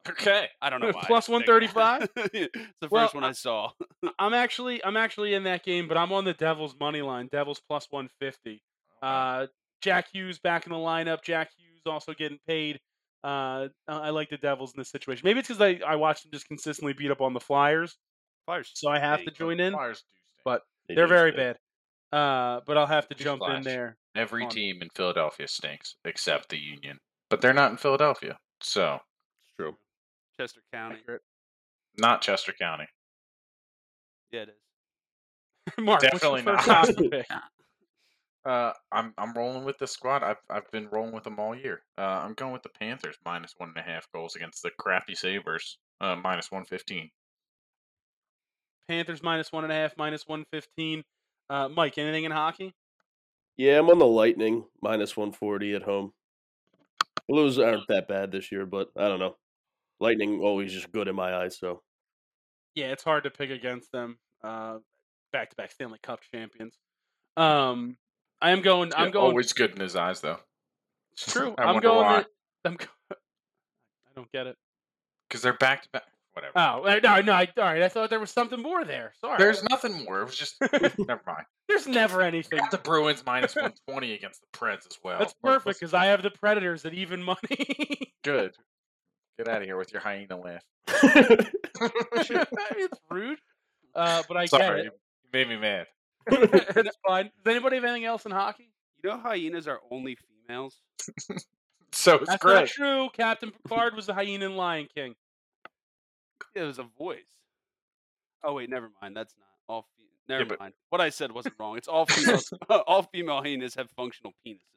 Speaker 5: Okay.
Speaker 4: I don't
Speaker 1: [LAUGHS]
Speaker 4: know. Why I
Speaker 1: Plus
Speaker 4: just picked [LAUGHS] that. it's the
Speaker 1: Well,
Speaker 4: first one
Speaker 1: I-
Speaker 4: I saw. [LAUGHS]
Speaker 1: I- I'm actually I'm actually in that game, but I'm on the Devils money line. Devils plus 150. Uh, Jack Hughes back in the lineup. Jack Hughes also getting paid. Uh, I I like the Devils in this situation. Maybe it's because I, I watched them just consistently beat up on the Flyers,
Speaker 4: Fires.
Speaker 1: so I have to
Speaker 4: stink.
Speaker 1: join in.
Speaker 5: Flyers do stink.
Speaker 1: But
Speaker 3: They
Speaker 1: They're
Speaker 3: do
Speaker 1: very
Speaker 3: stink.
Speaker 1: bad, uh, but I'll have to
Speaker 5: Huge
Speaker 1: jump in
Speaker 5: flash.
Speaker 1: there. [LAUGHS]
Speaker 5: Every
Speaker 1: on.
Speaker 5: team in Philadelphia stinks except the Union, but they're not in Philadelphia, so
Speaker 3: It's true.
Speaker 4: Chester County.
Speaker 5: not Chester County.
Speaker 4: Yeah, it is.
Speaker 1: Mark,
Speaker 5: Definitely
Speaker 1: what's your
Speaker 5: not.
Speaker 1: first hockey pick?
Speaker 5: Uh, I'm I'm rolling with the squad. I've I've been rolling with them all year. Uh, I'm going with the Panthers minus one and a half goals against the crappy Sabers. Uh, minus one fifteen.
Speaker 1: Panthers minus one and a half, minus one fifteen. Uh, Mike, anything in hockey?
Speaker 3: Yeah, I'm on the Lightning minus 140 at home. Blues aren't that bad this year, but I don't know. Lightning always just good in my eyes. So
Speaker 1: Yeah, it's hard to pick against them. Uh, back to back Stanley Cup champions. Um, I am going. I'm
Speaker 5: Yeah,
Speaker 1: going.
Speaker 5: always good in his eyes though.
Speaker 1: it's true.
Speaker 5: I
Speaker 1: am
Speaker 5: wonder
Speaker 1: going.
Speaker 5: why.
Speaker 1: the- I'm. go- [LAUGHS] I don't get it.
Speaker 5: because they're back to back. Whatever.
Speaker 1: Oh uh, no, no. I, all right, I thought there was something more there. Sorry,
Speaker 5: There's nothing more. It
Speaker 1: [LAUGHS]
Speaker 5: was just never mind.
Speaker 1: there's never anything.
Speaker 5: The Bruins minus one twenty against the Preds as well.
Speaker 1: That's
Speaker 5: Or-
Speaker 1: perfect because I have the Predators at even
Speaker 5: [LAUGHS]
Speaker 1: money. [LAUGHS]
Speaker 5: Good. Get out of here with your hyena laugh.
Speaker 1: it's rude, uh, but I
Speaker 5: Sorry,
Speaker 1: get
Speaker 5: you made me mad. [LAUGHS]
Speaker 1: it. [LAUGHS] it's fine. Does anybody have anything else in hockey?
Speaker 4: You know hyenas are only females.
Speaker 5: So it's
Speaker 1: That's not
Speaker 5: great.
Speaker 1: true. Captain Picard was the hyena in Lion
Speaker 5: [LAUGHS]
Speaker 1: King.
Speaker 4: Yeah, It was a voice. Oh wait, never mind. That's not all. Fe- never
Speaker 5: but-
Speaker 4: mind. What I said wasn't wrong.
Speaker 1: [LAUGHS]
Speaker 4: It's all female. [LAUGHS] all female hyenas have functional penises.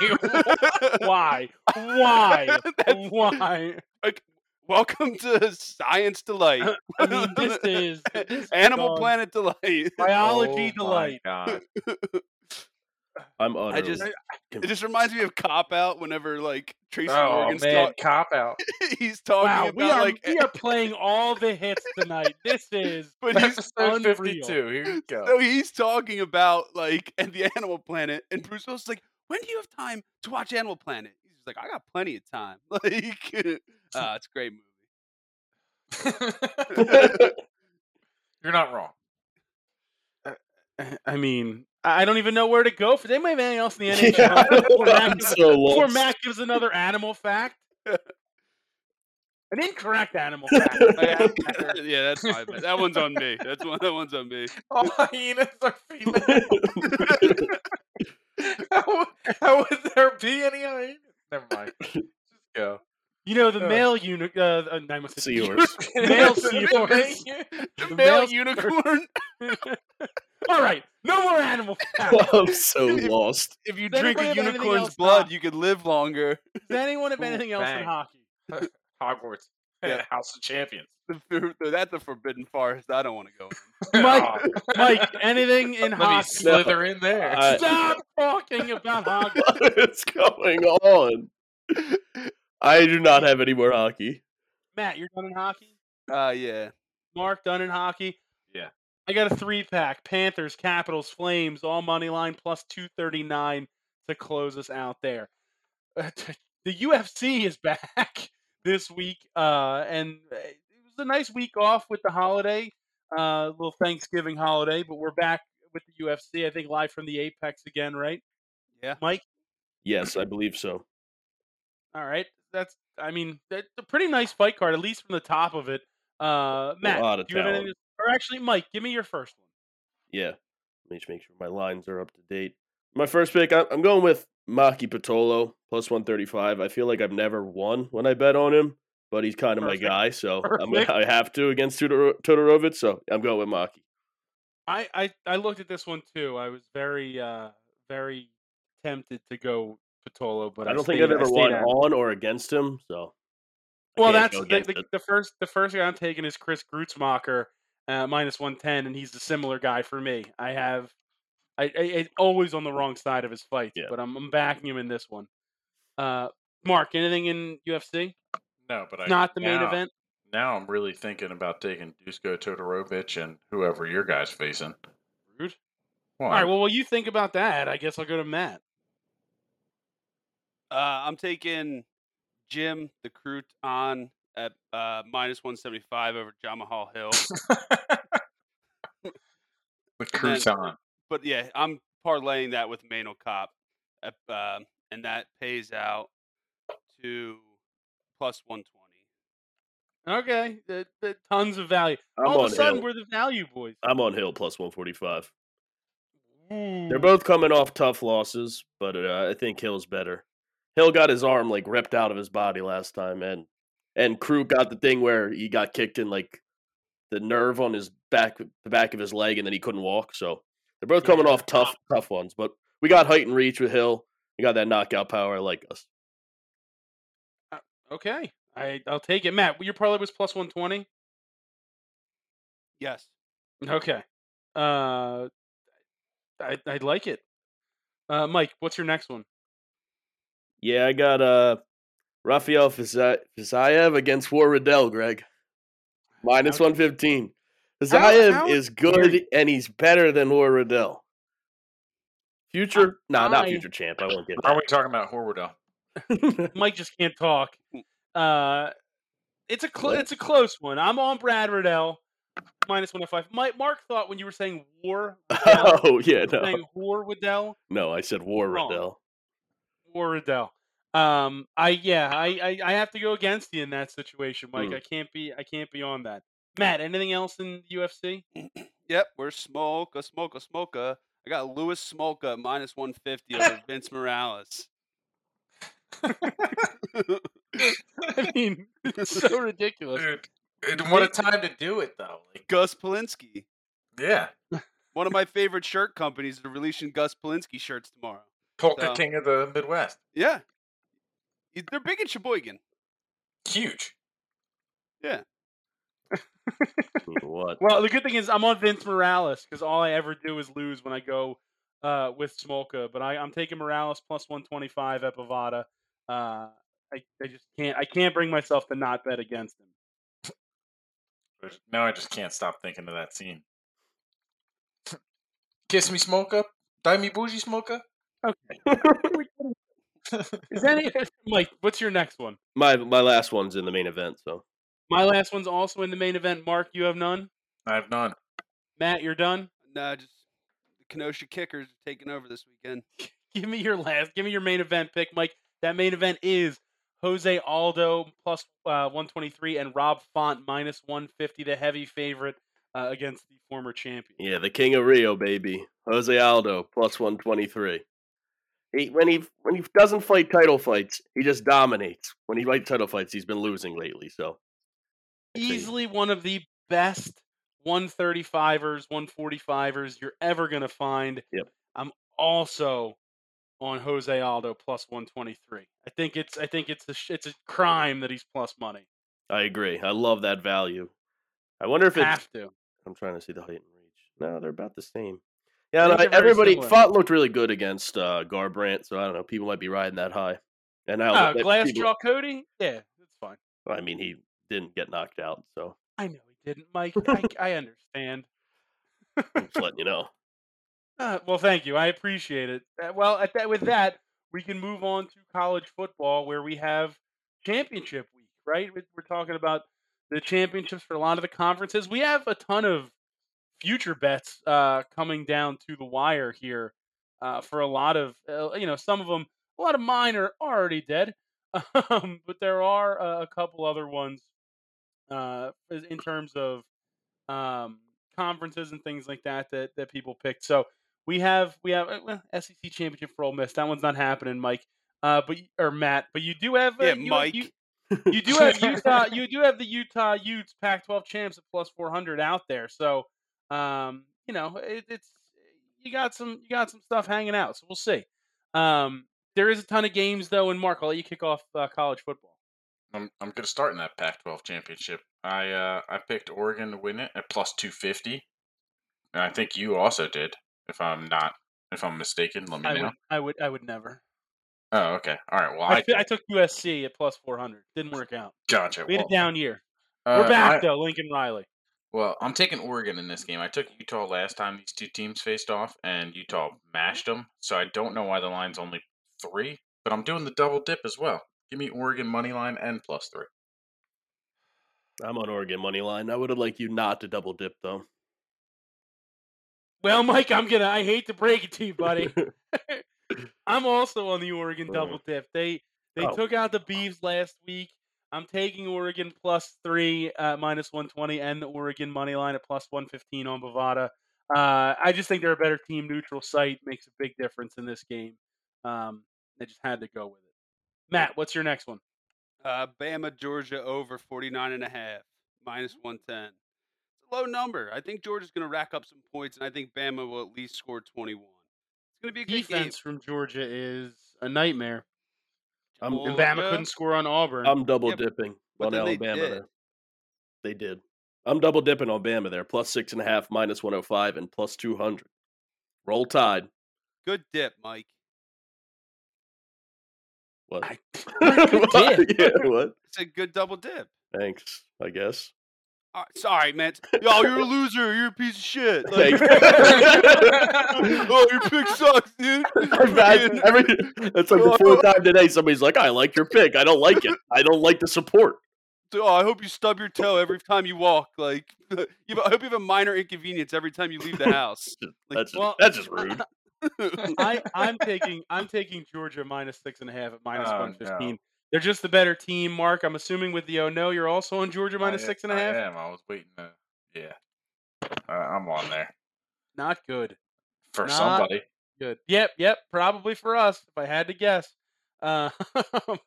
Speaker 5: [LAUGHS]
Speaker 1: Why? Why? Why?
Speaker 4: Welcome to Science [LAUGHS] Delight,
Speaker 1: I mean, this is [LAUGHS]
Speaker 5: [LAUGHS]
Speaker 1: this
Speaker 4: Animal
Speaker 1: dog-
Speaker 4: Planet Delight.
Speaker 1: biology
Speaker 5: Oh my
Speaker 1: delight.
Speaker 5: [LAUGHS] God.
Speaker 3: I'm utterly.
Speaker 4: [LAUGHS] I just, it just reminds me of Cop Out. Whenever like Tracy
Speaker 5: Oh
Speaker 4: Morgan's
Speaker 5: man,
Speaker 4: talk-
Speaker 5: cop [LAUGHS] out.
Speaker 4: [LAUGHS] he's talking
Speaker 1: Wow,
Speaker 4: about
Speaker 1: we are
Speaker 4: like, [LAUGHS]
Speaker 1: we are playing all the hits tonight. This is
Speaker 4: but [LAUGHS] he's
Speaker 5: Episode
Speaker 1: unreal.
Speaker 5: fifty-two. Here you go.
Speaker 4: No, he's talking about like [LAUGHS] and the Animal Planet, and Bruce Willis is like, "When do you have time to watch Animal Planet?" He's just like, "I got plenty of time." [LAUGHS] Like, uh, it's a great movie.
Speaker 5: [LAUGHS]
Speaker 1: [LAUGHS]
Speaker 5: You're not [LAUGHS] wrong.
Speaker 1: Eh, I- I mean, I I don't even know where to go for. They might have anything else [LAUGHS] in the NHL.
Speaker 5: [LAUGHS]
Speaker 3: Yeah, [LAUGHS]
Speaker 1: before, Matt
Speaker 3: I'm
Speaker 1: gives,
Speaker 3: so
Speaker 1: before
Speaker 3: lost.
Speaker 1: Matt gives another animal [LAUGHS] fact, an incorrect animal
Speaker 5: [LAUGHS]
Speaker 1: fact.
Speaker 4: [LAUGHS] Like, [LAUGHS] I- yeah, that's my bad. That one's on me. That's one. That one's on me.
Speaker 5: [LAUGHS] All Oh, hyenas are female. [LAUGHS] how, how would there be any hyenas? Never mind. Just go.
Speaker 1: You know the
Speaker 5: Uh.
Speaker 1: male unicorn. Uh, uh, no, I must
Speaker 3: See
Speaker 1: say
Speaker 3: yours.
Speaker 1: [LAUGHS] Male
Speaker 5: Male
Speaker 1: seahorse.
Speaker 4: The
Speaker 1: The
Speaker 4: male
Speaker 1: male
Speaker 4: unicorn. [LAUGHS]
Speaker 1: All right, no more animal facts. Does
Speaker 3: [LAUGHS] I'm so lost.
Speaker 4: [LAUGHS]
Speaker 3: [LAUGHS]
Speaker 4: If you
Speaker 1: Does
Speaker 4: drink a
Speaker 1: anybody have anything
Speaker 4: unicorn's
Speaker 1: else,
Speaker 4: blood,
Speaker 1: Doc?
Speaker 4: you could live longer.
Speaker 1: anyone have
Speaker 5: Ooh,
Speaker 1: anything else in
Speaker 5: bang.
Speaker 1: [LAUGHS] hockey?
Speaker 5: Hogwarts.
Speaker 4: Yeah.
Speaker 5: [LAUGHS] House of Champions.
Speaker 4: The fir- That's a forbidden forest. I don't want to go. in.
Speaker 5: [LAUGHS]
Speaker 1: Mike, Mike, anything in
Speaker 5: Let me uh,
Speaker 1: hockey?
Speaker 5: slither in there.
Speaker 3: I-
Speaker 1: Stop talking about hockey.
Speaker 3: What is going on? I do not have any more hockey.
Speaker 1: Matt, you're done in hockey.
Speaker 4: Uh, yeah.
Speaker 1: Mark done in hockey.
Speaker 5: Yeah.
Speaker 1: I got a three pack Panthers, Capitals, Flames, all money line plus 239 to close us out there. Uh, the UFC is back [LAUGHS] this week, uh, and uh, it was a nice week off with the holiday, uh, little Thanksgiving holiday, but we're back with the UFC, I think live from the Apex again, right?
Speaker 4: Yeah.
Speaker 1: Mike?
Speaker 3: Yes, I believe so.
Speaker 1: All right. That's, I mean, that's a pretty nice fight card, at least from the top of it. Uh, Matt,
Speaker 3: lot of
Speaker 1: do you have
Speaker 3: talent.
Speaker 1: anything? Or actually, Mike, give me your first one.
Speaker 3: Yeah. Let me just make sure my lines are up to date. My first pick, I- I'm going with Maki Patolo, plus 135. I feel like I've never won when I bet on him, but he's kind of my
Speaker 1: Perfect.
Speaker 3: guy, so I'm gonna,
Speaker 1: Perfect.
Speaker 3: I have to against Tudor- Todorovic, so I'm going with Maki.
Speaker 1: I, I I looked at this one too. I was very uh very tempted to go Patolo, but
Speaker 3: I
Speaker 1: I
Speaker 3: don't think
Speaker 1: stayed-
Speaker 3: I've
Speaker 1: I
Speaker 3: ever
Speaker 1: stayed
Speaker 3: won
Speaker 1: out.
Speaker 3: on or against him, so. I
Speaker 1: Well,
Speaker 3: can't
Speaker 1: that's
Speaker 3: go
Speaker 1: the,
Speaker 3: against
Speaker 1: the,
Speaker 3: it.
Speaker 1: the first the first guy I'm taking is Chris Grootsmacher, uh, minus one ten, and he's a similar guy for me. I have I, I, I always on the wrong side of his fights,
Speaker 3: Yeah.
Speaker 1: but I'm, I'm backing him in this one. Uh, Mark, anything in UFC?
Speaker 5: no, but I
Speaker 1: Not the main
Speaker 5: now-
Speaker 1: event.
Speaker 5: Now I'm really thinking about taking Dusko Todorovic and whoever your guy's facing.
Speaker 1: Rude.
Speaker 5: Why?
Speaker 1: All right. Well, while you think about that, I guess I'll go to Matt.
Speaker 4: Uh, I'm taking Jim the Crouton at uh, minus 175 over John Mahal Hill.
Speaker 5: with
Speaker 4: and then-
Speaker 5: Crouton.
Speaker 4: but yeah, I'm parlaying that with Mano Cop, at, um, and that pays out to plus 120.
Speaker 1: Okay, the, the tons of value.
Speaker 3: I'm
Speaker 1: All
Speaker 3: on
Speaker 1: of a sudden,
Speaker 3: Hill.
Speaker 1: we're the value boys.
Speaker 3: I'm on Hill plus 145.
Speaker 2: Mm.
Speaker 3: They're both coming off tough losses, but uh, I think Hill's better. Hill got his arm like ripped out of his body last time, and and Crew got the thing where he got kicked in like the nerve on his back, the back of his leg, and then he couldn't walk. So They're both coming off tough, tough ones, but we got height and reach with Hill. We got that knockout power. I like us.
Speaker 1: Okay, I I'll take it, Matt. Your parlay was plus one twenty.
Speaker 4: Yes.
Speaker 1: Okay, uh, I I like it. Uh, Mike, what's your next one?
Speaker 3: Yeah, I got uh Rafael Fisa- Fisayev against War Riddell, Greg. Minus
Speaker 1: How-
Speaker 3: one fifteen. Fisayev
Speaker 1: how-
Speaker 3: is good and he's better than War Riddell. Future no, not
Speaker 1: I-
Speaker 3: future champ. I won't get [LAUGHS]
Speaker 5: Are we talking about Horwoodell?
Speaker 3: that.
Speaker 1: Mike just can't talk. Uh, it's a cl-
Speaker 3: What?
Speaker 1: it's a close one. I'm on Brad Riddell minus one hundred five. Mike Mark thought when you were saying war, Riddell,
Speaker 3: oh yeah,
Speaker 1: you were
Speaker 3: no.
Speaker 1: saying war Riddell,
Speaker 3: No, I said War
Speaker 1: Wrong.
Speaker 3: Riddell.
Speaker 1: war Riddell. Um, I yeah, I, I I have to go against you in that situation, Mike.
Speaker 3: Mm.
Speaker 1: I can't be I can't be on that. Matt, anything else in UFC?
Speaker 4: Yep, we're Smolka, Smolka, Smolka. I got Lewis Smolka minus 150 over Vince Morales.
Speaker 1: [LAUGHS] I mean, [LAUGHS] it's [LAUGHS] so ridiculous.
Speaker 5: Dude, and what a time to do it though. Like,
Speaker 4: Gus Polinski,
Speaker 5: yeah,
Speaker 4: one of my favorite shirt companies, are releasing Gus Polinski shirts tomorrow.
Speaker 5: Polka
Speaker 4: So-
Speaker 5: King of the Midwest,
Speaker 4: Yeah. Y- They're big in Sheboygan.
Speaker 5: huge.
Speaker 3: [LAUGHS] what?
Speaker 1: Well, the good thing is I'm on Vince Morales because all I ever do is lose when I go uh, with Smolka. But I, I'm taking Morales plus 125 at Bovada. Uh, I, I just can't. I can't bring myself to not bet against him.
Speaker 5: There's- Now I just can't stop thinking of that scene. [LAUGHS] Kiss me, smoker. Die me, bougie, smoker.
Speaker 1: is that any, [LAUGHS] Mike? What's your next one?
Speaker 3: My my last one's in the main event, so
Speaker 1: My last one's also in the main event. Mark, you have none.
Speaker 5: I have none.
Speaker 1: Matt, you're done.
Speaker 4: No, just the Kenosha Kickers are taking over this weekend.
Speaker 1: Give me your last. Give me your main event pick, Mike. That main event is Jose Aldo plus uh, 123 and Rob Font minus 150, the heavy favorite uh, against the former champion.
Speaker 3: Yeah, the King of Rio, baby. Jose Aldo plus one twenty three. He, when he when he doesn't fight title fights, he just dominates. When he fights title fights, he's been losing lately. So Okay.
Speaker 1: Easily one of the best 135ers, 145ers you're ever going to find.
Speaker 3: Yep.
Speaker 1: I'm also on Jose Aldo plus 123. I think it's I think it's a sh- it's a crime that he's plus money.
Speaker 3: I agree. I love that value. I wonder if it's.
Speaker 1: Have to.
Speaker 3: I'm trying to see the height and reach. No, they're about the same. Yeah,
Speaker 1: think
Speaker 3: no,
Speaker 1: they're very
Speaker 3: everybody
Speaker 1: similar.
Speaker 3: fought looked really good against uh, Garbrandt, so I don't know. People might be riding that high. And I,
Speaker 1: Uh,
Speaker 3: that
Speaker 1: Glass
Speaker 3: people-
Speaker 1: jaw Cody? Yeah, that's fine.
Speaker 3: I mean, he didn't get knocked out, so
Speaker 1: I know he didn't, Mike. I, I understand.
Speaker 3: I'm
Speaker 1: [LAUGHS]
Speaker 3: just letting you know.
Speaker 1: Uh, well, thank you. I appreciate it. Uh, well, at that, with that, we can move on to college football, where we have championship week. Right, We- we're talking about the championships for a lot of the conferences. We have a ton of future bets uh, coming down to the wire here uh, for a lot of uh, you know some of them. A lot of mine are already dead, [LAUGHS] um, but there are uh, a couple other ones uh, in in terms of um, conferences and things like that that that people picked. So we have we have uh, well, SEC championship for Ole Miss. That one's not happening, Mike. Uh, but y- or Matt, but you do have uh,
Speaker 4: Yeah,
Speaker 1: you-
Speaker 4: Mike.
Speaker 1: You, you do have Utah. You do have the Utah Utes Pac-12 champs at plus 400 out there. So, um, you know, it, it's you got some you got some stuff hanging out. So we'll see. Um, there is a ton of games though, and Mark, I'll let you kick off uh, college football.
Speaker 5: I'm I'm gonna start in that Pac-12 championship. I uh I picked Oregon to win it at plus two fifty. And I think you also did. If I'm not, if I'm mistaken, let me
Speaker 1: I
Speaker 5: know.
Speaker 1: would, I would, I would never.
Speaker 5: Oh, okay. All right. Well,
Speaker 1: I
Speaker 5: I,
Speaker 1: fi- I took USC at plus 400. Didn't work out.
Speaker 5: gotcha.
Speaker 1: We had
Speaker 5: well,
Speaker 1: a down year.
Speaker 5: uh,
Speaker 1: We're back
Speaker 5: I-
Speaker 1: though, Lincoln Riley.
Speaker 5: well, I'm taking Oregon in this game. I took Utah last time these two teams faced off, and Utah mashed them. So I don't know why the line's only three, but I'm doing the double dip as well. Give me Oregon money line and plus three.
Speaker 3: I'm on Oregon money line. I would have liked you not to double dip though.
Speaker 1: Well, Mike, I'm gonna. I hate to break it to you, buddy. I'm also on the Oregon
Speaker 3: Oh.
Speaker 1: double dip. They they
Speaker 3: Oh.
Speaker 1: took out the Beavs last week. I'm taking Oregon plus three, uh, minus 120, and the Oregon money line at plus 115 on Bovada. Uh, I just think they're a better team. Neutral site makes a big difference in this game. Um, they just had to go with it. Matt, what's your next one? Mm-hmm.
Speaker 4: Uh, Bama, Georgia over 49 and a half, minus 110. It's a low number. I think Georgia's going to rack up some points, and I think Bama will at least score 21. It's going to be a good
Speaker 1: Defense from Georgia is a nightmare.
Speaker 4: game.
Speaker 3: I'm-
Speaker 1: Um, And Bama
Speaker 4: Georgia-
Speaker 1: couldn't score on Auburn.
Speaker 3: I'm double
Speaker 4: Yeah,
Speaker 3: dipping
Speaker 4: but
Speaker 3: on
Speaker 4: then they
Speaker 3: Alabama.
Speaker 4: did.
Speaker 3: there. They did. I'm double dipping on Bama there. Plus six and a half, minus 105, and plus 200. Roll Tide.
Speaker 4: Good dip, Mike.
Speaker 3: What? [LAUGHS]
Speaker 1: I-
Speaker 3: what? Yeah, what?
Speaker 4: It's a good double dip.
Speaker 3: Thanks, I guess.
Speaker 4: Uh, sorry, man. It's- Yo, you're a loser. You're a piece of shit. Like,
Speaker 3: Thanks.
Speaker 1: [LAUGHS]
Speaker 4: oh, your pick sucks, dude.
Speaker 3: [LAUGHS]
Speaker 4: [LAUGHS]
Speaker 3: Imagine
Speaker 4: Fucking-
Speaker 3: every- it's like the fourth time today somebody's like, I like your pick. I don't like it. I don't like the support.
Speaker 4: Oh, I hope you stub your toe every time you walk. Like, [LAUGHS] you have, I hope you have a minor inconvenience every time you leave the house. Like,
Speaker 3: That's just, [LAUGHS]
Speaker 1: well-
Speaker 3: that's just rude.
Speaker 5: [LAUGHS]
Speaker 1: I, I'm taking I'm taking Georgia minus six and a half at minus
Speaker 5: Oh,
Speaker 1: one fifteen. They're just the better team, Mark. I'm assuming with the oh no, you're also on Georgia minus
Speaker 5: I-
Speaker 1: six and a half.
Speaker 5: I am. I was waiting to. Yeah. Uh, I'm on there
Speaker 1: Not good.
Speaker 5: for
Speaker 1: Not-
Speaker 5: somebody.
Speaker 1: Good. Yep, yep. Probably for us, if I had to guess. Uh, [LAUGHS] I,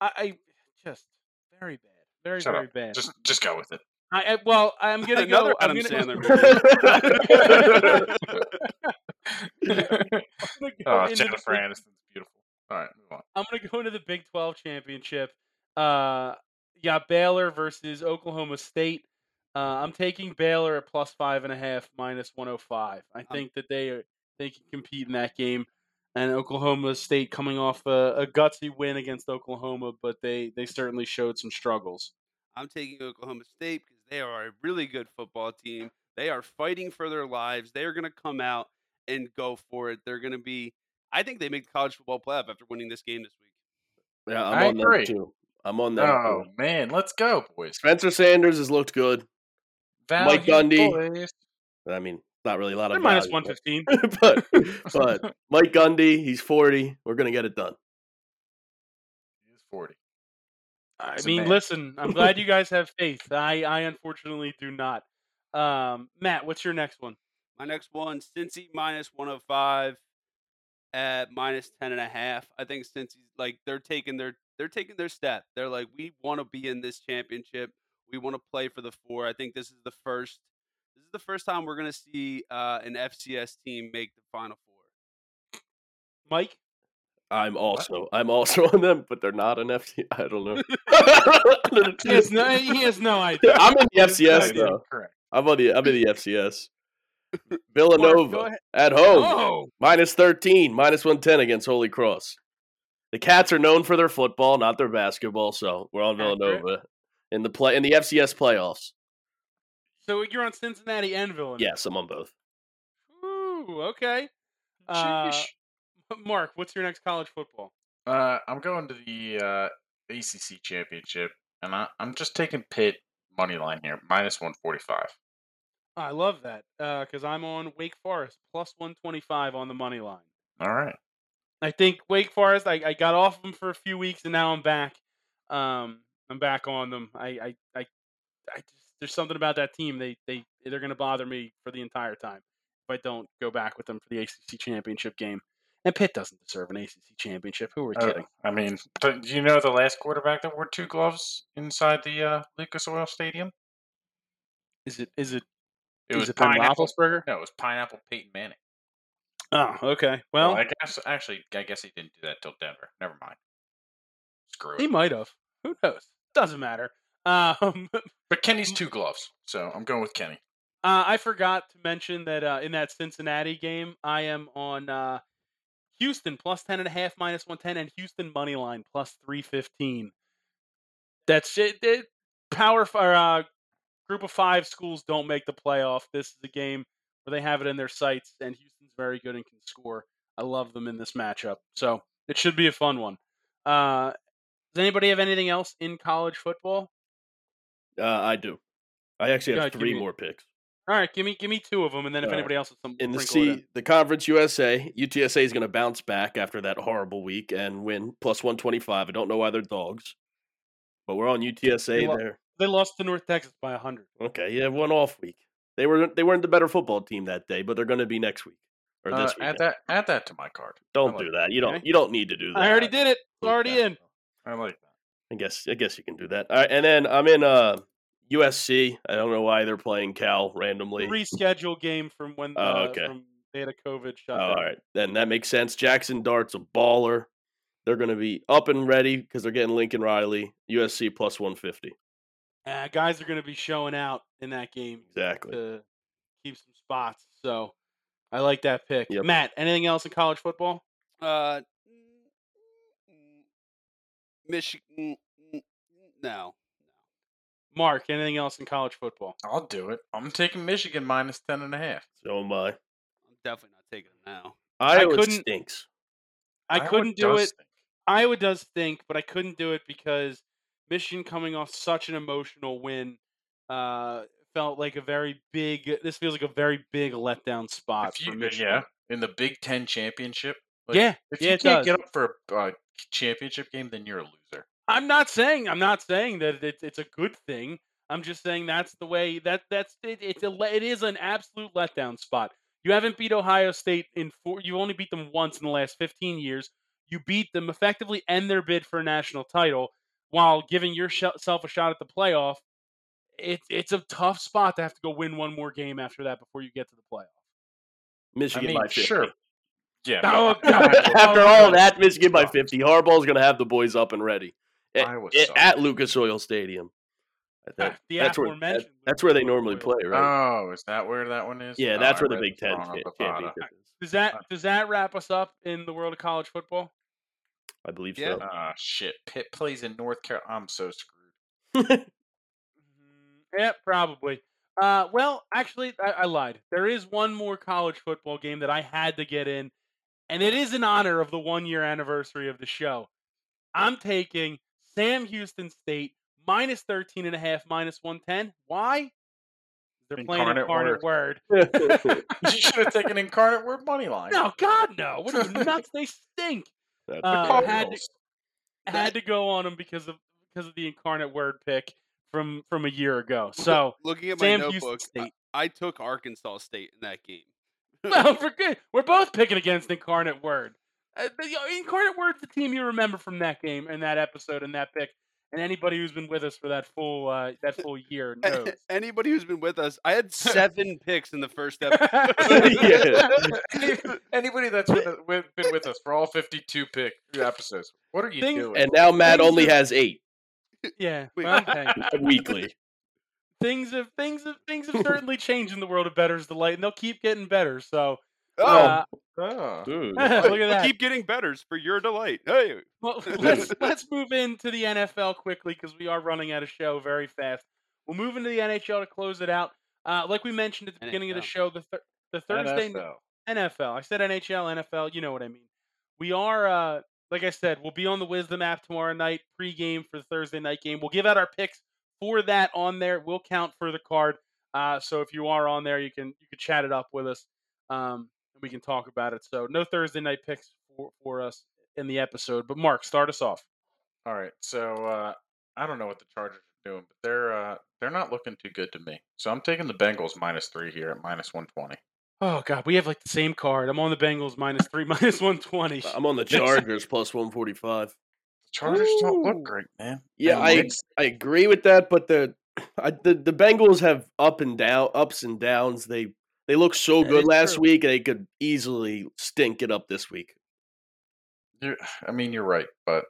Speaker 1: I just very bad, very
Speaker 5: Shut
Speaker 1: very
Speaker 5: up.
Speaker 1: bad.
Speaker 5: Just just
Speaker 1: [LAUGHS]
Speaker 5: go with it.
Speaker 1: I, I, well, I'm
Speaker 5: [LAUGHS]
Speaker 1: gonna
Speaker 4: Another
Speaker 1: go. [LAUGHS] I'm
Speaker 4: Adam
Speaker 1: gonna,
Speaker 4: Sandler
Speaker 1: [LAUGHS] I'm gonna go
Speaker 5: Oh,
Speaker 1: into the
Speaker 5: Jennifer
Speaker 1: Big-
Speaker 5: Aniston's beautiful. All right, move on.
Speaker 1: I'm gonna go into the Big Twelve championship. Uh, you got Baylor versus Oklahoma State. Uh, I'm taking Baylor at plus five and a half, minus 105. I think that they are, they can compete in that game. And Oklahoma State coming off a, a gutsy win against Oklahoma, but they they certainly showed some struggles.
Speaker 4: I'm taking Oklahoma State because they are a really good football team. They are fighting for their lives. They are going to come out and go for it. They're going to be. I think they make the college football playoff after winning this game this week.
Speaker 3: Yeah, I'm
Speaker 5: I
Speaker 3: on
Speaker 5: agree.
Speaker 3: that too. I'm on that.
Speaker 5: Oh
Speaker 3: too.
Speaker 5: man, let's go, boys.
Speaker 3: Spencer Sanders has looked good. Mike
Speaker 5: Value
Speaker 3: Gundy.
Speaker 5: boys.
Speaker 3: I mean, not really a lot
Speaker 1: They're
Speaker 3: of
Speaker 1: minus
Speaker 3: value,
Speaker 1: 115.
Speaker 3: but [LAUGHS]
Speaker 1: [LAUGHS]
Speaker 3: but, but Mike Gundy, he's 40. We're gonna get it done.
Speaker 5: He's forty.
Speaker 1: I
Speaker 5: It's a
Speaker 1: mean,
Speaker 5: man.
Speaker 1: listen, I'm glad
Speaker 3: [LAUGHS]
Speaker 1: you guys have faith. I I unfortunately do not. Um, Matt, what's your next one?
Speaker 4: My next one, Cincy minus 105 at minus 10 and a half. I think Cincy's like they're taking their they're taking their step. They're like we want to be in this championship. We want to play for the four. I think this is the first this is the first time we're going to see uh, an FCS team make the final four.
Speaker 1: Mike.
Speaker 3: I'm also I'm also [LAUGHS] on them, but they're not an FC. I don't
Speaker 1: [LAUGHS]
Speaker 3: know. [LAUGHS]
Speaker 1: He has no, he has no idea.
Speaker 3: I'm in the
Speaker 5: That
Speaker 3: FCS
Speaker 5: is
Speaker 3: though.
Speaker 5: Correct.
Speaker 3: I'm on the I'm in the FCS.
Speaker 1: Mark, go
Speaker 3: Villanova
Speaker 1: ahead.
Speaker 3: at home.
Speaker 1: Oh,
Speaker 3: Minus 13, minus 110 against Holy Cross. The Cats are known for their football, not their basketball, so we're on
Speaker 1: Accurate.
Speaker 3: Villanova in the play in the FCS playoffs.
Speaker 1: so you're on Cincinnati and Villanova.
Speaker 3: Yes, I'm on both.
Speaker 1: Ooh, okay. Uh,
Speaker 5: Oh, Sheesh.
Speaker 1: Mark, what's your next college football?
Speaker 5: Uh, I'm going to the uh, ACC championship, and I, I'm just taking Pitt money line here, minus 145.
Speaker 1: I love that because I'm on Wake Forest plus 125 on the money line.
Speaker 5: All right,
Speaker 1: I think Wake Forest. I, I got off them for a few weeks, and now I'm back. Um, I'm back on them. I, I, I, I just there's something about that team. They, they, they're going to bother me for the entire time if I don't go back with them for the ACC championship game. And Pitt doesn't deserve an ACC championship. Who are we
Speaker 5: Uh,
Speaker 1: kidding?
Speaker 5: I mean, but do you know the last quarterback that wore two gloves inside the uh, Lucas Oil Stadium?
Speaker 1: Is it? Is it?
Speaker 5: It
Speaker 1: is
Speaker 5: was
Speaker 1: it Ben
Speaker 5: pineapple.
Speaker 1: Roethlisberger?
Speaker 5: No, it was pineapple Peyton Manning.
Speaker 1: Oh, okay.
Speaker 5: Well,
Speaker 1: Well,
Speaker 5: I guess actually, I guess he didn't do that till Denver. Never mind. Screw
Speaker 1: he
Speaker 5: it.
Speaker 1: might have. Who knows? Doesn't matter. Um, [LAUGHS]
Speaker 5: But Kenny's two gloves, so I'm going with Kenny.
Speaker 1: Uh, I forgot to mention that uh, in that Cincinnati game, I am on uh, Houston plus ten and a half, minus one ten, and Houston money line plus three fifteen. That's it. it power for uh, group of five schools don't make the playoff. This is a game where they have it in their sights, and Houston's very good and can score. I love them in this matchup, so it should be a fun one. Uh, does anybody have anything else in college football?
Speaker 3: Uh, I do. I actually
Speaker 1: Yeah,
Speaker 3: have
Speaker 1: give
Speaker 3: three
Speaker 1: me-
Speaker 3: more picks.
Speaker 1: All right, give me give me two of them, and then if
Speaker 3: All right.
Speaker 1: anybody else has some,
Speaker 3: In the
Speaker 1: sprinkle it
Speaker 3: C, the Conference USA, UTSA is going to bounce back after that horrible week and win plus 125. I don't know why they're dogs, but we're on UTSA
Speaker 1: lo-
Speaker 3: there.
Speaker 1: They lost to North Texas by 100.
Speaker 3: Okay, yeah, one off week. They were they weren't the better football team that day, but they're going to be next week or
Speaker 5: Uh,
Speaker 3: this week.
Speaker 5: add that. Add that to my card.
Speaker 3: Don't
Speaker 5: like
Speaker 3: do
Speaker 5: it.
Speaker 3: that. You don't.
Speaker 1: Okay.
Speaker 3: You don't need to do that.
Speaker 1: I already did it. It's
Speaker 3: Okay.
Speaker 1: already in.
Speaker 5: I like
Speaker 3: I
Speaker 5: that.
Speaker 3: guess. I guess you can do that. All right, and then I'm in uh, USC. I don't know why they're playing Cal randomly.
Speaker 1: Reschedule game from when the,
Speaker 3: Oh, okay.
Speaker 1: from they had a COVID
Speaker 3: Oh,
Speaker 1: shutdown.
Speaker 3: all right, then that makes sense. Jackson Dart's a baller. They're going to be up and ready because they're getting Lincoln Riley. USC plus one fifty.
Speaker 1: Uh, guys are going to be showing out in that game
Speaker 5: Uh,
Speaker 3: Exactly.
Speaker 1: to keep some spots. So I like that pick.
Speaker 3: Yep.
Speaker 1: Matt, anything else in college football?
Speaker 4: Uh, Michigan. No.
Speaker 1: Mark, anything else in college football?
Speaker 5: I'll do it. I'm taking Michigan minus ten and a half.
Speaker 3: So am I.
Speaker 4: I'm definitely not taking them now.
Speaker 3: Iowa
Speaker 1: couldn't-
Speaker 3: stinks.
Speaker 1: I
Speaker 5: Iowa
Speaker 1: couldn't do
Speaker 5: does
Speaker 1: it.
Speaker 5: stink.
Speaker 1: Iowa does think, but I couldn't do it because Michigan coming off such an emotional win uh, felt like a very big. This feels like a very big letdown spot
Speaker 5: If
Speaker 1: for
Speaker 5: you-
Speaker 1: Michigan.
Speaker 5: yeah, in the Big Ten championship. like,
Speaker 1: yeah,
Speaker 5: If
Speaker 1: yeah,
Speaker 5: you
Speaker 1: it
Speaker 5: can't
Speaker 1: does.
Speaker 5: get up for a uh, championship game, then you're a loser.
Speaker 1: I'm not saying I'm not saying that it's it's a good thing. I'm just saying that's the way that that's it, it's a le- it is an absolute letdown spot. You haven't beat Ohio State in four. You only beat them once in the last 15 years. You beat them effectively end their bid for a national title while giving yourself a shot at the playoff. It's it's a tough spot to have to go win one more game after that before you get to the playoff.
Speaker 5: I
Speaker 3: Michigan
Speaker 5: mean,
Speaker 3: by 50.
Speaker 5: sure.
Speaker 3: [LAUGHS]
Speaker 5: Yeah. [LAUGHS]
Speaker 1: Oh,
Speaker 5: but
Speaker 1: God.
Speaker 3: After all that, Michigan by
Speaker 5: Sucks.
Speaker 3: 50. Harbaugh's going to have the boys up and ready At,
Speaker 5: Iowa
Speaker 3: eh, at-
Speaker 5: sucks.
Speaker 3: at Lucas Oil Stadium. I think
Speaker 1: Ah, the
Speaker 3: that's, where, that-
Speaker 1: aforementioned
Speaker 3: that's where they
Speaker 1: Lucas Oil
Speaker 3: normally
Speaker 1: Stadium.
Speaker 3: play, right?
Speaker 5: Oh, is that where that one is?
Speaker 3: yeah,
Speaker 5: No,
Speaker 3: that's
Speaker 5: I
Speaker 3: where the
Speaker 5: read
Speaker 3: Big
Speaker 5: this
Speaker 3: Ten cha-
Speaker 5: wrong on Bovada.
Speaker 3: championship is.
Speaker 1: Does that does that wrap us up in the world of college football?
Speaker 3: I believe
Speaker 4: Yeah.
Speaker 3: so.
Speaker 5: Ah, shit. Pitt plays in North Carolina. I'm so screwed. [LAUGHS]
Speaker 1: Mm, Yeah, probably. Uh, well, actually, I, I lied. There is one more college football game that I had to get in, and it is in honor of the one year anniversary of the show. I'm taking Sam Houston State minus 13 and a half, minus 110. Why? They're playing
Speaker 5: Incarnate
Speaker 1: Incarnate Word.
Speaker 5: you should have taken Incarnate Word
Speaker 3: [LAUGHS]
Speaker 5: money line.
Speaker 1: No, God, no. What are
Speaker 4: [LAUGHS]
Speaker 1: you nuts? They stink.
Speaker 3: That's
Speaker 1: Uh,
Speaker 3: okay.
Speaker 1: had to- I had to go on them because of because of the Incarnate Word pick from from a year ago. So,
Speaker 4: Looking at my
Speaker 1: Sam Houston
Speaker 4: notebook,
Speaker 1: State.
Speaker 4: I, I took Arkansas State in that game.
Speaker 1: [LAUGHS] well, for good. We're both picking against Incarnate Word. Uh, the- you know, Incarnate Word's the team you remember from that game and that episode and that pick. And anybody who's been with us for that full uh, that full year
Speaker 4: [LAUGHS]
Speaker 1: knows.
Speaker 4: Anybody who's been with us, I [LAUGHS] had seven picks in the
Speaker 1: [LAUGHS]
Speaker 4: first episode.
Speaker 3: [LAUGHS]
Speaker 5: [LAUGHS]
Speaker 3: [LAUGHS] yeah.
Speaker 5: Anybody that's been, with, been with us for all 52 pick episodes, what are you
Speaker 1: Thing-
Speaker 5: doing?
Speaker 3: And now Matt
Speaker 1: Things
Speaker 3: only
Speaker 1: are-
Speaker 3: has eight
Speaker 1: yeah.
Speaker 4: Wait.
Speaker 1: well, hey,
Speaker 5: [LAUGHS]
Speaker 3: weekly.
Speaker 1: things have things have things have certainly changed in the world of Better's Delight, and they'll keep getting better. So
Speaker 4: Oh,
Speaker 1: uh,
Speaker 5: Oh.
Speaker 1: [LAUGHS]
Speaker 3: Dude.
Speaker 1: look at
Speaker 4: we
Speaker 1: that.
Speaker 4: keep getting betters for your delight. Hey, [LAUGHS]
Speaker 1: Well, [LAUGHS] let's let's move into the NFL quickly because we are running out of show very fast. We'll move into the NHL to close it out. Uh, like we mentioned at the beginning of the
Speaker 4: NFL.
Speaker 1: show, the thir- the Thursday
Speaker 5: NFL.
Speaker 1: NFL. I said NHL, NFL. You know what I mean. We are, uh, like I said, we'll be on the Wisdom app tomorrow night, pregame for the Thursday night game. We'll give out our picks for that on there. We'll count for the card. Uh, so if you are on there, you can you can chat it up with us, um, and we can talk about it. So no Thursday night picks for, for us in the episode. But Mark, start us off.
Speaker 5: All right, so uh, I don't know what the Chargers are doing, but they're uh, they're not looking too good to me. So I'm taking the Bengals minus three here at minus one twenty.
Speaker 1: Oh God, we have like the same card. I'm on the Bengals minus three, [LAUGHS] minus one twenty.
Speaker 3: I'm on the Chargers plus 145.
Speaker 5: Chargers don't look
Speaker 1: Ooh.
Speaker 5: great, man.
Speaker 3: Yeah,
Speaker 5: And
Speaker 3: I
Speaker 5: Wentz-
Speaker 3: I agree with that, but the [CLEARS THROAT] I, the the Bengals have up and down ups and downs. They they look so
Speaker 1: That
Speaker 3: good
Speaker 1: is
Speaker 3: last
Speaker 1: true.
Speaker 3: week, they could easily stink it up this week.
Speaker 5: you're, I mean, you're right, but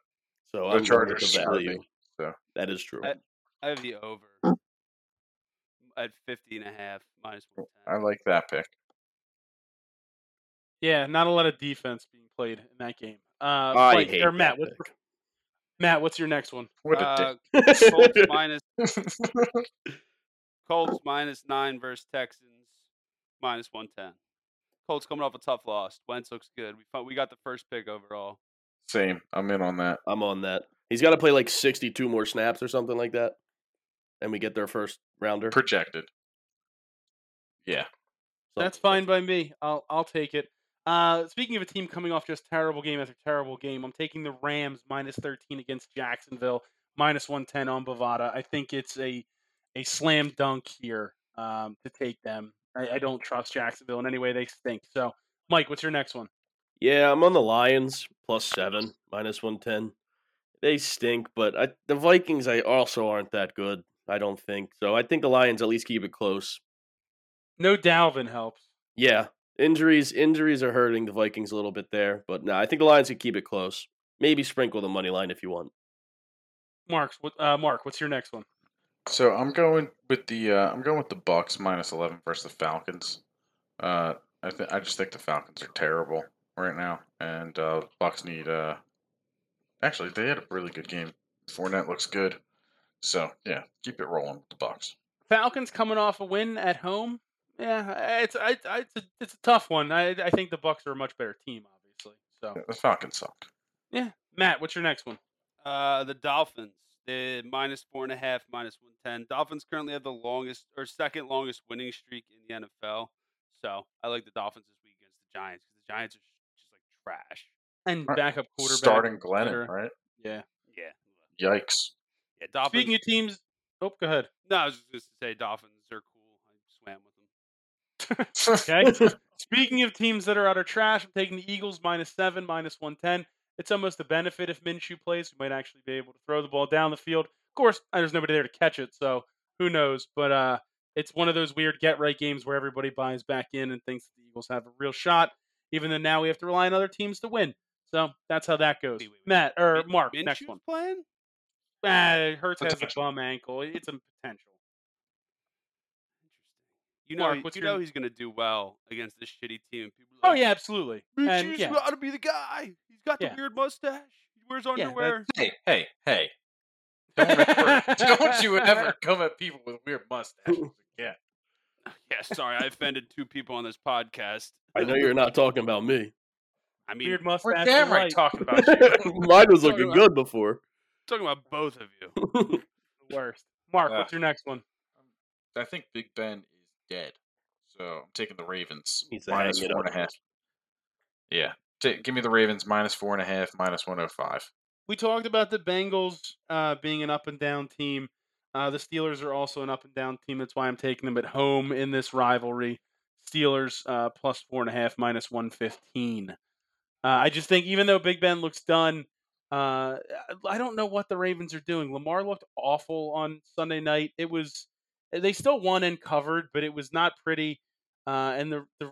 Speaker 3: So
Speaker 5: the
Speaker 3: I'm going with
Speaker 5: Chargers
Speaker 3: the
Speaker 5: screwed
Speaker 3: value.
Speaker 5: me. So
Speaker 3: That is true.
Speaker 4: I- I have the over at 50 and a half, minus
Speaker 5: I
Speaker 4: 110.
Speaker 5: like that pick.
Speaker 1: Yeah, not a lot of defense being played in that game. Uh,
Speaker 3: I
Speaker 1: Mike-
Speaker 3: hate
Speaker 1: or Matt,
Speaker 3: that
Speaker 1: what's,
Speaker 3: pick.
Speaker 1: Matt, what's your next one?
Speaker 5: What a
Speaker 4: Uh, Colts
Speaker 3: I
Speaker 4: minus Colts minus nine versus Texans minus 110. Colts coming off a tough loss. Wentz looks good. We found, we got the first pick overall.
Speaker 5: [LAUGHS] Same. I'm in on that.
Speaker 3: am on that. He's got to play like 62 more snaps or something like that, and we get their first rounder.
Speaker 5: Projected. Yeah.
Speaker 1: That's fine by me. I'll I'll take it. Uh, speaking of a team coming off just terrible game after terrible game, I'm taking the Rams minus 13 against Jacksonville, minus 110 on Bovada. I think it's a a slam dunk here um, to take them. I, I don't trust Jacksonville in any way. They stink. So, Mike, what's your next one?
Speaker 3: Yeah, I'm on the Lions plus seven, minus one ten. They stink, but I, the Vikings I also aren't that good. I don't think. So I think the Lions at least keep it close.
Speaker 1: No Dalvin helps.
Speaker 3: Yeah. Injuries injuries are hurting the Vikings a little bit there, but no, I think the Lions could keep it close. Maybe sprinkle the money line if you want.
Speaker 1: Mark's what uh, Mark, what's your next one?
Speaker 5: So I'm going with the uh, I'm going with the Bucks minus eleven versus the Falcons. Uh, I th- I just think the Falcons are terrible right now, and uh, Bucks need uh, actually they had a really good game. Fournette looks good, so yeah, keep it rolling with the Bucks.
Speaker 1: Falcons coming off a win at home. Yeah, it's I, I, it's a, it's a tough one. I I think the Bucks are a much better team, obviously. So
Speaker 5: Yeah, The Falcons suck.
Speaker 1: yeah, Matt, what's your next one?
Speaker 4: Uh, the Dolphins, the minus four and a half, minus one ten. Dolphins currently have the longest or second longest winning streak in the NFL. So I like the Dolphins this week against the Giants because the Giants are just like trash.
Speaker 1: And
Speaker 5: Alright,
Speaker 1: backup quarterback.
Speaker 5: Starting Glennon,
Speaker 1: Hunter.
Speaker 5: right?
Speaker 1: Yeah.
Speaker 4: Yeah,
Speaker 5: Yikes.
Speaker 4: yeah. Dolphins.
Speaker 1: Speaking of teams, oh, go [LAUGHS] ahead.
Speaker 4: no, I was just going to say Dolphins are cool. I swam with
Speaker 1: Okay.
Speaker 4: them.
Speaker 5: [LAUGHS]
Speaker 1: Speaking of teams that are utter trash, I'm taking the Eagles minus seven, minus 110. It's almost a benefit if Minshew plays. We might actually be able to throw the ball down the field. Of course, uh, there's nobody there to catch it, so who knows? But uh, it's one of those weird get right games where everybody buys back in and thinks the Eagles have a real shot, even though now we have to rely on other teams to win. So that's how that goes.
Speaker 4: Wait, wait, wait.
Speaker 1: Matt or
Speaker 4: Min-
Speaker 1: Er, Mark, next
Speaker 4: Minshew's
Speaker 1: one.
Speaker 4: playing.
Speaker 1: Ah, Hurts has a
Speaker 5: Potential.
Speaker 1: bum ankle. It's a potential.
Speaker 4: You know,
Speaker 1: Mark,
Speaker 4: he-
Speaker 1: what's
Speaker 4: you
Speaker 1: your-
Speaker 4: know he's going to do well against this shitty team. People
Speaker 1: Oh
Speaker 4: are like,
Speaker 1: yeah, absolutely. And,
Speaker 4: Minshew's
Speaker 1: yeah,
Speaker 4: got to be the guy. He's got the
Speaker 1: Yeah.
Speaker 4: weird mustache. He wears
Speaker 1: that-
Speaker 4: underwear.
Speaker 5: hey, hey, hey. [LAUGHS] Don't, ever, don't you [LAUGHS] ever come at people with weird mustaches again.
Speaker 4: yeah, sorry, I offended two people on this podcast.
Speaker 3: I know you're not talking
Speaker 1: [LAUGHS]
Speaker 3: about me.
Speaker 4: I mean,
Speaker 1: weird
Speaker 5: We're
Speaker 1: mustache.
Speaker 5: damn
Speaker 1: and
Speaker 5: right
Speaker 1: light.
Speaker 5: talking about you.
Speaker 3: [LAUGHS] Mine was looking
Speaker 1: [LAUGHS]
Speaker 3: good before.
Speaker 4: talking about both of you.
Speaker 1: the worst. Mark,
Speaker 5: Ah.
Speaker 1: what's your next one?
Speaker 5: I think Big Ben is dead. So I'm taking the Ravens
Speaker 3: He's a
Speaker 5: minus
Speaker 3: hang it
Speaker 5: four
Speaker 3: up.
Speaker 5: and a half. Yeah. Ta- give me the Ravens minus four and a half, minus 105.
Speaker 1: We talked about the Bengals uh, being an up and down team. Uh, the Steelers are also an up and down team. That's why I'm taking them at home in this rivalry. Steelers uh, plus four and a half, minus 115. Uh, I just think even though Big Ben looks done, uh, I don't know what the Ravens are doing. Lamar looked awful on Sunday night. It was they still won and covered, but it was not pretty. Uh, and the the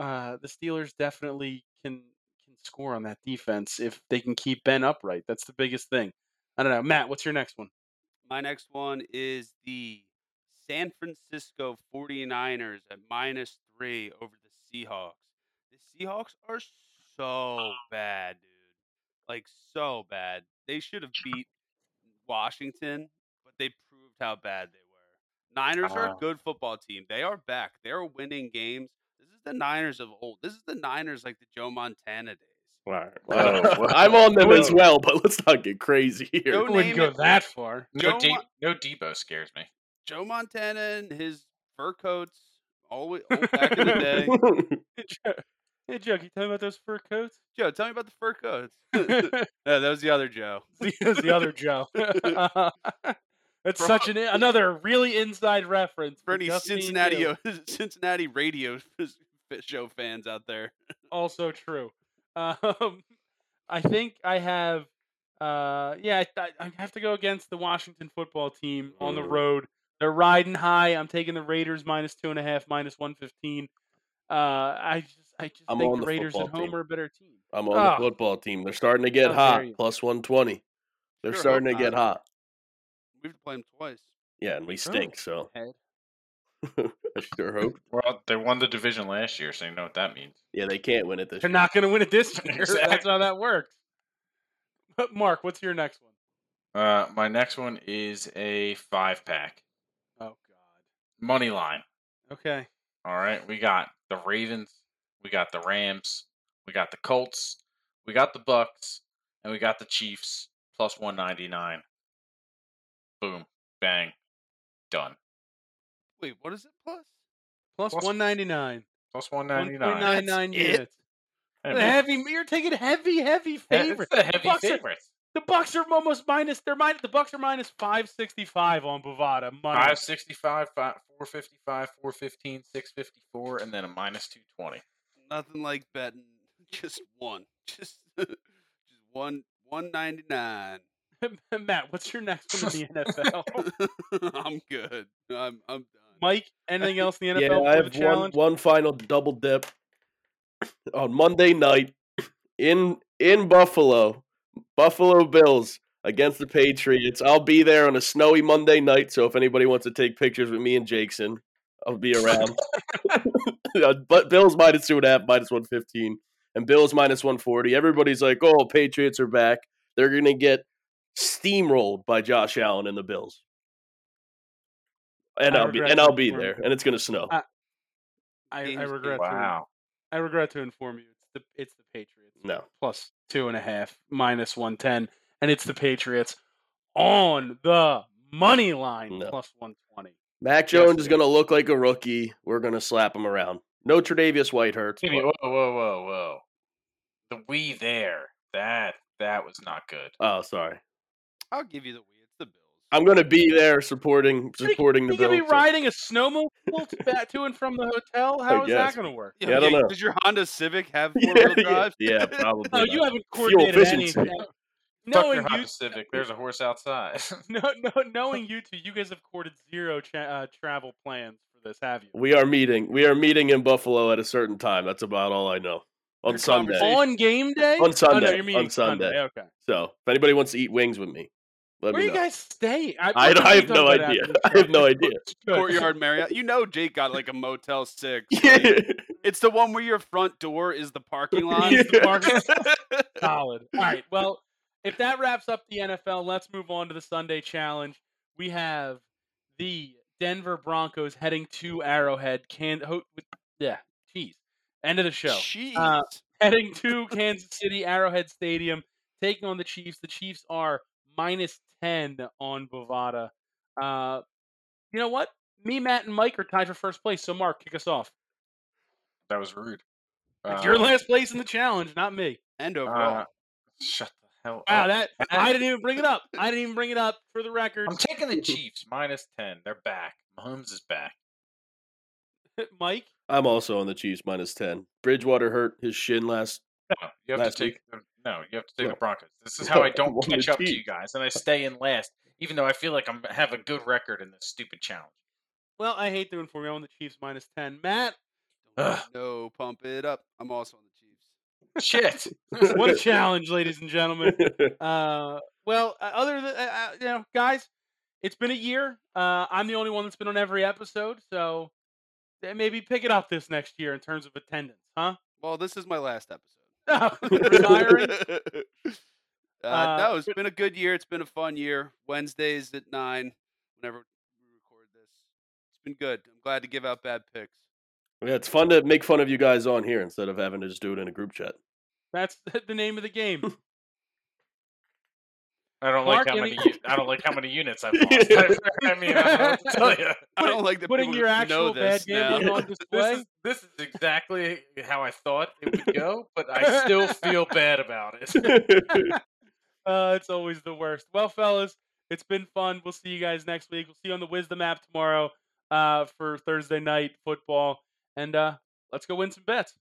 Speaker 1: uh, the Steelers definitely can can score on that defense if they can keep Ben upright. That's the biggest thing. I don't know, Matt. What's your next one?
Speaker 4: My next one is the San Francisco 49ers at minus three over the Seahawks. The Seahawks are so bad, dude. Like, so bad. They should have beat Washington, but they proved how bad they were. Niners are a
Speaker 5: Uh-huh.
Speaker 4: good football team. They are back. They're winning games. This is the Niners of old. This is the Niners like the Joe Montana days.
Speaker 3: [LAUGHS]
Speaker 5: Oh, well.
Speaker 3: I'm on them as well, but let's not get crazy here. [LAUGHS]
Speaker 4: Don't name it.
Speaker 1: far.
Speaker 5: No,
Speaker 4: Joe
Speaker 5: De-
Speaker 4: Mo-
Speaker 5: no Debo scares me.
Speaker 4: Joe Montana and his fur coats, always old back in the
Speaker 3: [LAUGHS]
Speaker 4: day.
Speaker 1: Hey, Joe, hey, Joe, can you tell me about those fur [LAUGHS] coats?
Speaker 4: Joe, tell me about the fur coats. [LAUGHS] no,
Speaker 1: the,
Speaker 4: that was the other Joe.
Speaker 1: the other Joe. [LAUGHS] That's
Speaker 4: Bro.
Speaker 1: such an another really inside reference
Speaker 4: For any
Speaker 1: just me and
Speaker 4: Cincinnati
Speaker 1: you.
Speaker 4: [LAUGHS] Cincinnati radio show fans out there,
Speaker 1: also true. [LAUGHS] Um, I think I have. Uh, yeah, I, I- I have to go against the Washington football team on the
Speaker 3: Mm.
Speaker 1: road. They're riding high. I'm taking the Raiders minus two and a half, minus one fifteen. Uh, I just, I just
Speaker 3: I'm
Speaker 1: think
Speaker 3: on
Speaker 1: the
Speaker 3: the
Speaker 1: Raiders at
Speaker 3: football
Speaker 1: home
Speaker 3: team.
Speaker 1: are a better team.
Speaker 3: I'm on the
Speaker 1: Ah.
Speaker 3: football team. They're starting to get
Speaker 1: How dare
Speaker 3: hot.
Speaker 1: you.
Speaker 3: Plus 120. They're
Speaker 4: Sure, hope
Speaker 3: starting to get
Speaker 4: not.
Speaker 3: hot.
Speaker 4: we have to play him twice.
Speaker 3: Yeah,
Speaker 1: Oh,
Speaker 3: and we stink, so.
Speaker 1: head.
Speaker 3: [LAUGHS] I sure
Speaker 1: [LAUGHS]
Speaker 3: hope.
Speaker 5: Well, they won the division last year, so you know what that means.
Speaker 3: Yeah, they can't win it this
Speaker 1: They're
Speaker 3: year.
Speaker 1: not going to win it this year. That's
Speaker 5: Exactly.
Speaker 1: how that works. But Mark, what's your next one?
Speaker 5: Uh, my next one is a five pack
Speaker 1: Oh God.
Speaker 5: money line.
Speaker 1: Okay.
Speaker 5: All right, we got the Ravens, we got the Rams, we got the Colts, we got the Bucks, and we got the Chiefs plus 199. Boom, bang, done.
Speaker 4: Wait, what is it plus?
Speaker 1: Plus
Speaker 5: Plus-
Speaker 1: one ninety nine.
Speaker 5: Plus
Speaker 1: One
Speaker 5: 199.
Speaker 1: point nine nine
Speaker 4: That's it?
Speaker 1: units.
Speaker 5: Hey,
Speaker 1: The
Speaker 5: man,
Speaker 1: heavy. You're taking heavy, heavy
Speaker 5: that-
Speaker 1: favorites.
Speaker 5: It's the heavy
Speaker 1: Bucks are-
Speaker 5: favorites.
Speaker 1: The Bucks are almost minus. They're minus. The Bucks are minus five sixty five on Bovada money.
Speaker 5: 565, 5, 455, 415, 654, and then a minus 220.
Speaker 4: Nothing like [LAUGHS] betting just one, just just one one ninety nine.
Speaker 1: [LAUGHS] Matt, what's your next one in the
Speaker 3: Oh.
Speaker 1: NFL?
Speaker 4: [LAUGHS] I'm good. I'm I'm done.
Speaker 1: Mike, anything else in the NFL
Speaker 3: [LAUGHS] yeah, I
Speaker 1: for the
Speaker 3: have one,
Speaker 1: challenge?
Speaker 3: one final double dip [COUGHS] on Monday night in in Buffalo, Buffalo Bills against the Patriots. I'll be there on a snowy Monday night, so if anybody wants to take pictures with me and Jackson, I'll be around. [LAUGHS] Yeah, but Bills minus two and a half, minus one fifteen, and Bills minus one forty. Everybody's like, "Oh, Patriots are back. They're gonna get steamrolled by Josh Allen and the Bills." And
Speaker 1: I
Speaker 3: I'll be
Speaker 1: regret
Speaker 3: and I'll
Speaker 1: that Uh,
Speaker 3: be
Speaker 1: for him.
Speaker 3: there, and it's gonna snow.
Speaker 1: I, I
Speaker 4: James
Speaker 1: regret to
Speaker 5: Wow.
Speaker 1: I regret to inform you, it's the it's the Patriots.
Speaker 3: No.
Speaker 1: Plus two and a half, minus one ten, and it's the Patriots on the money line
Speaker 3: No.
Speaker 1: plus one twenty.
Speaker 3: Mac
Speaker 1: Yes,
Speaker 3: Jones is
Speaker 1: dude.
Speaker 3: going to look like a rookie. We're going to slap him around. No Tre'Davious White hurts.
Speaker 5: Excuse me, Whoa, whoa, whoa, whoa. The we there. That that was not good.
Speaker 3: Oh, sorry.
Speaker 4: I'll give you the we. It's the Bills.
Speaker 3: I'm going to be there supporting supporting the
Speaker 1: you could
Speaker 3: Bills.
Speaker 1: be
Speaker 3: [LAUGHS]
Speaker 1: riding a snowmobile to, back to and from the hotel. How is
Speaker 3: guess.
Speaker 1: that going to work?
Speaker 3: Yeah, I don't
Speaker 4: yeah,
Speaker 3: know.
Speaker 4: Does your Honda Civic
Speaker 3: [LAUGHS]
Speaker 4: have four
Speaker 3: yeah,
Speaker 4: wheel
Speaker 3: yeah,
Speaker 4: drives?
Speaker 3: yeah, probably.
Speaker 1: [LAUGHS] No, you
Speaker 3: not.
Speaker 1: haven't coordinated
Speaker 3: efficiency. [LAUGHS]
Speaker 1: anything.
Speaker 5: Fuck
Speaker 1: Knowing
Speaker 5: your Honda
Speaker 1: you, [LAUGHS]
Speaker 5: Civic. There's a horse outside.
Speaker 1: no, no, knowing you two, you guys have courted zero cha- uh, travel plans for this, have you?
Speaker 3: we are meeting. We are meeting in Buffalo at a certain time. That's about all I know. On
Speaker 4: Your
Speaker 3: Sunday.
Speaker 4: conversation-
Speaker 1: On game day?
Speaker 3: On
Speaker 1: Oh,
Speaker 3: Sunday,
Speaker 1: no, you're meeting
Speaker 3: on Sunday.
Speaker 1: Okay.
Speaker 3: So, if anybody wants to eat wings with me, let
Speaker 1: Where
Speaker 3: me
Speaker 1: you
Speaker 3: know.
Speaker 1: guys stay?
Speaker 3: I
Speaker 1: we're
Speaker 3: don't- I
Speaker 1: gonna
Speaker 3: have
Speaker 1: talk
Speaker 3: no
Speaker 1: about it
Speaker 3: idea.
Speaker 1: after the
Speaker 3: [LAUGHS] I
Speaker 1: show.
Speaker 3: have no idea.
Speaker 1: [LAUGHS] Good.
Speaker 4: Courtyard Marriott. You know Jake got like a
Speaker 1: [LAUGHS]
Speaker 4: Motel Six.
Speaker 3: [LAUGHS] yeah.
Speaker 4: It's the one where your front door is the
Speaker 1: [LAUGHS]
Speaker 4: parking lot.
Speaker 1: Lines, the
Speaker 3: Yeah.
Speaker 1: parking- [LAUGHS] Solid. All
Speaker 3: [LAUGHS]
Speaker 1: right. Well, if that wraps up the NFL, let's move on to the Sunday challenge. We have the Denver Broncos heading to Arrowhead. Can ho- yeah, jeez. End of the show.
Speaker 4: Jeez.
Speaker 1: Uh, heading to Kansas City Arrowhead Stadium, taking on the Chiefs. The Chiefs are minus ten on Bovada. Uh, you know what? Me, Matt, and Mike are tied for first place. So, Mark, kick us off.
Speaker 5: that was rude.
Speaker 1: It's your
Speaker 5: Uh,
Speaker 1: last place in the challenge, not me.
Speaker 4: and
Speaker 5: uh,
Speaker 4: overall.
Speaker 5: shut the hell
Speaker 1: Wow,
Speaker 5: up.
Speaker 1: that I didn't even bring it up. I didn't even bring it up for the record.
Speaker 5: I'm taking the Chiefs minus ten. They're back. Mahomes is back.
Speaker 1: [LAUGHS] Mike,
Speaker 3: I'm also on the Chiefs minus 10. Bridgewater hurt his shin last.
Speaker 5: No, you have
Speaker 3: Last
Speaker 5: to take. the- No, you have to take
Speaker 3: No.
Speaker 5: the Broncos. This is how I
Speaker 3: I
Speaker 5: don't
Speaker 3: want the
Speaker 5: catch up to you
Speaker 3: Chiefs.
Speaker 5: guys, and
Speaker 2: [LAUGHS]
Speaker 5: I stay in last, even though I feel like I'm have a good record in this stupid challenge.
Speaker 1: well, I hate to inform you on the Chiefs minus ten. Matt,
Speaker 5: Ugh.
Speaker 4: No, pump it up. I'm also on the Chiefs.
Speaker 1: [LAUGHS]
Speaker 4: [LAUGHS]
Speaker 5: Shit.
Speaker 1: what a challenge, ladies and gentlemen. Uh, well, uh, other than uh, uh, you know, guys, it's been a year. Uh, I'm the only one that's been on every episode, so eh, maybe pick it up this next year in terms of attendance,
Speaker 4: [LAUGHS]
Speaker 1: huh? [LAUGHS]
Speaker 4: Well, this is my last episode.
Speaker 1: Retiring.
Speaker 4: [LAUGHS] uh,
Speaker 1: Uh,
Speaker 4: no, it's been a good year. It's been a fun year. Wednesdays at nine, whenever we record this, it's been good. I'm glad to give out bad picks.
Speaker 3: [LAUGHS] Yeah, it's fun to make fun of you guys on here instead of having to just do it in a group chat. [LAUGHS]
Speaker 1: That's the name of the game.
Speaker 5: I don't
Speaker 1: Mark,
Speaker 5: like how
Speaker 1: any-
Speaker 5: many. u- I don't like how many units I've lost. [LAUGHS] I, mean, I don't know what to tell you.
Speaker 4: I don't like that
Speaker 1: Putting
Speaker 4: people
Speaker 1: your
Speaker 4: know
Speaker 1: actual bad
Speaker 4: [LAUGHS] this now.
Speaker 1: gambling on
Speaker 5: This
Speaker 1: display.
Speaker 5: is, this is exactly how I thought it would go, but I still feel bad about it.
Speaker 1: Uh, it's always the worst. Well, fellas, it's been fun. We'll see you guys next week. We'll see you on the Wisdom app tomorrow uh, for Thursday night football. And uh, let's go win some bets.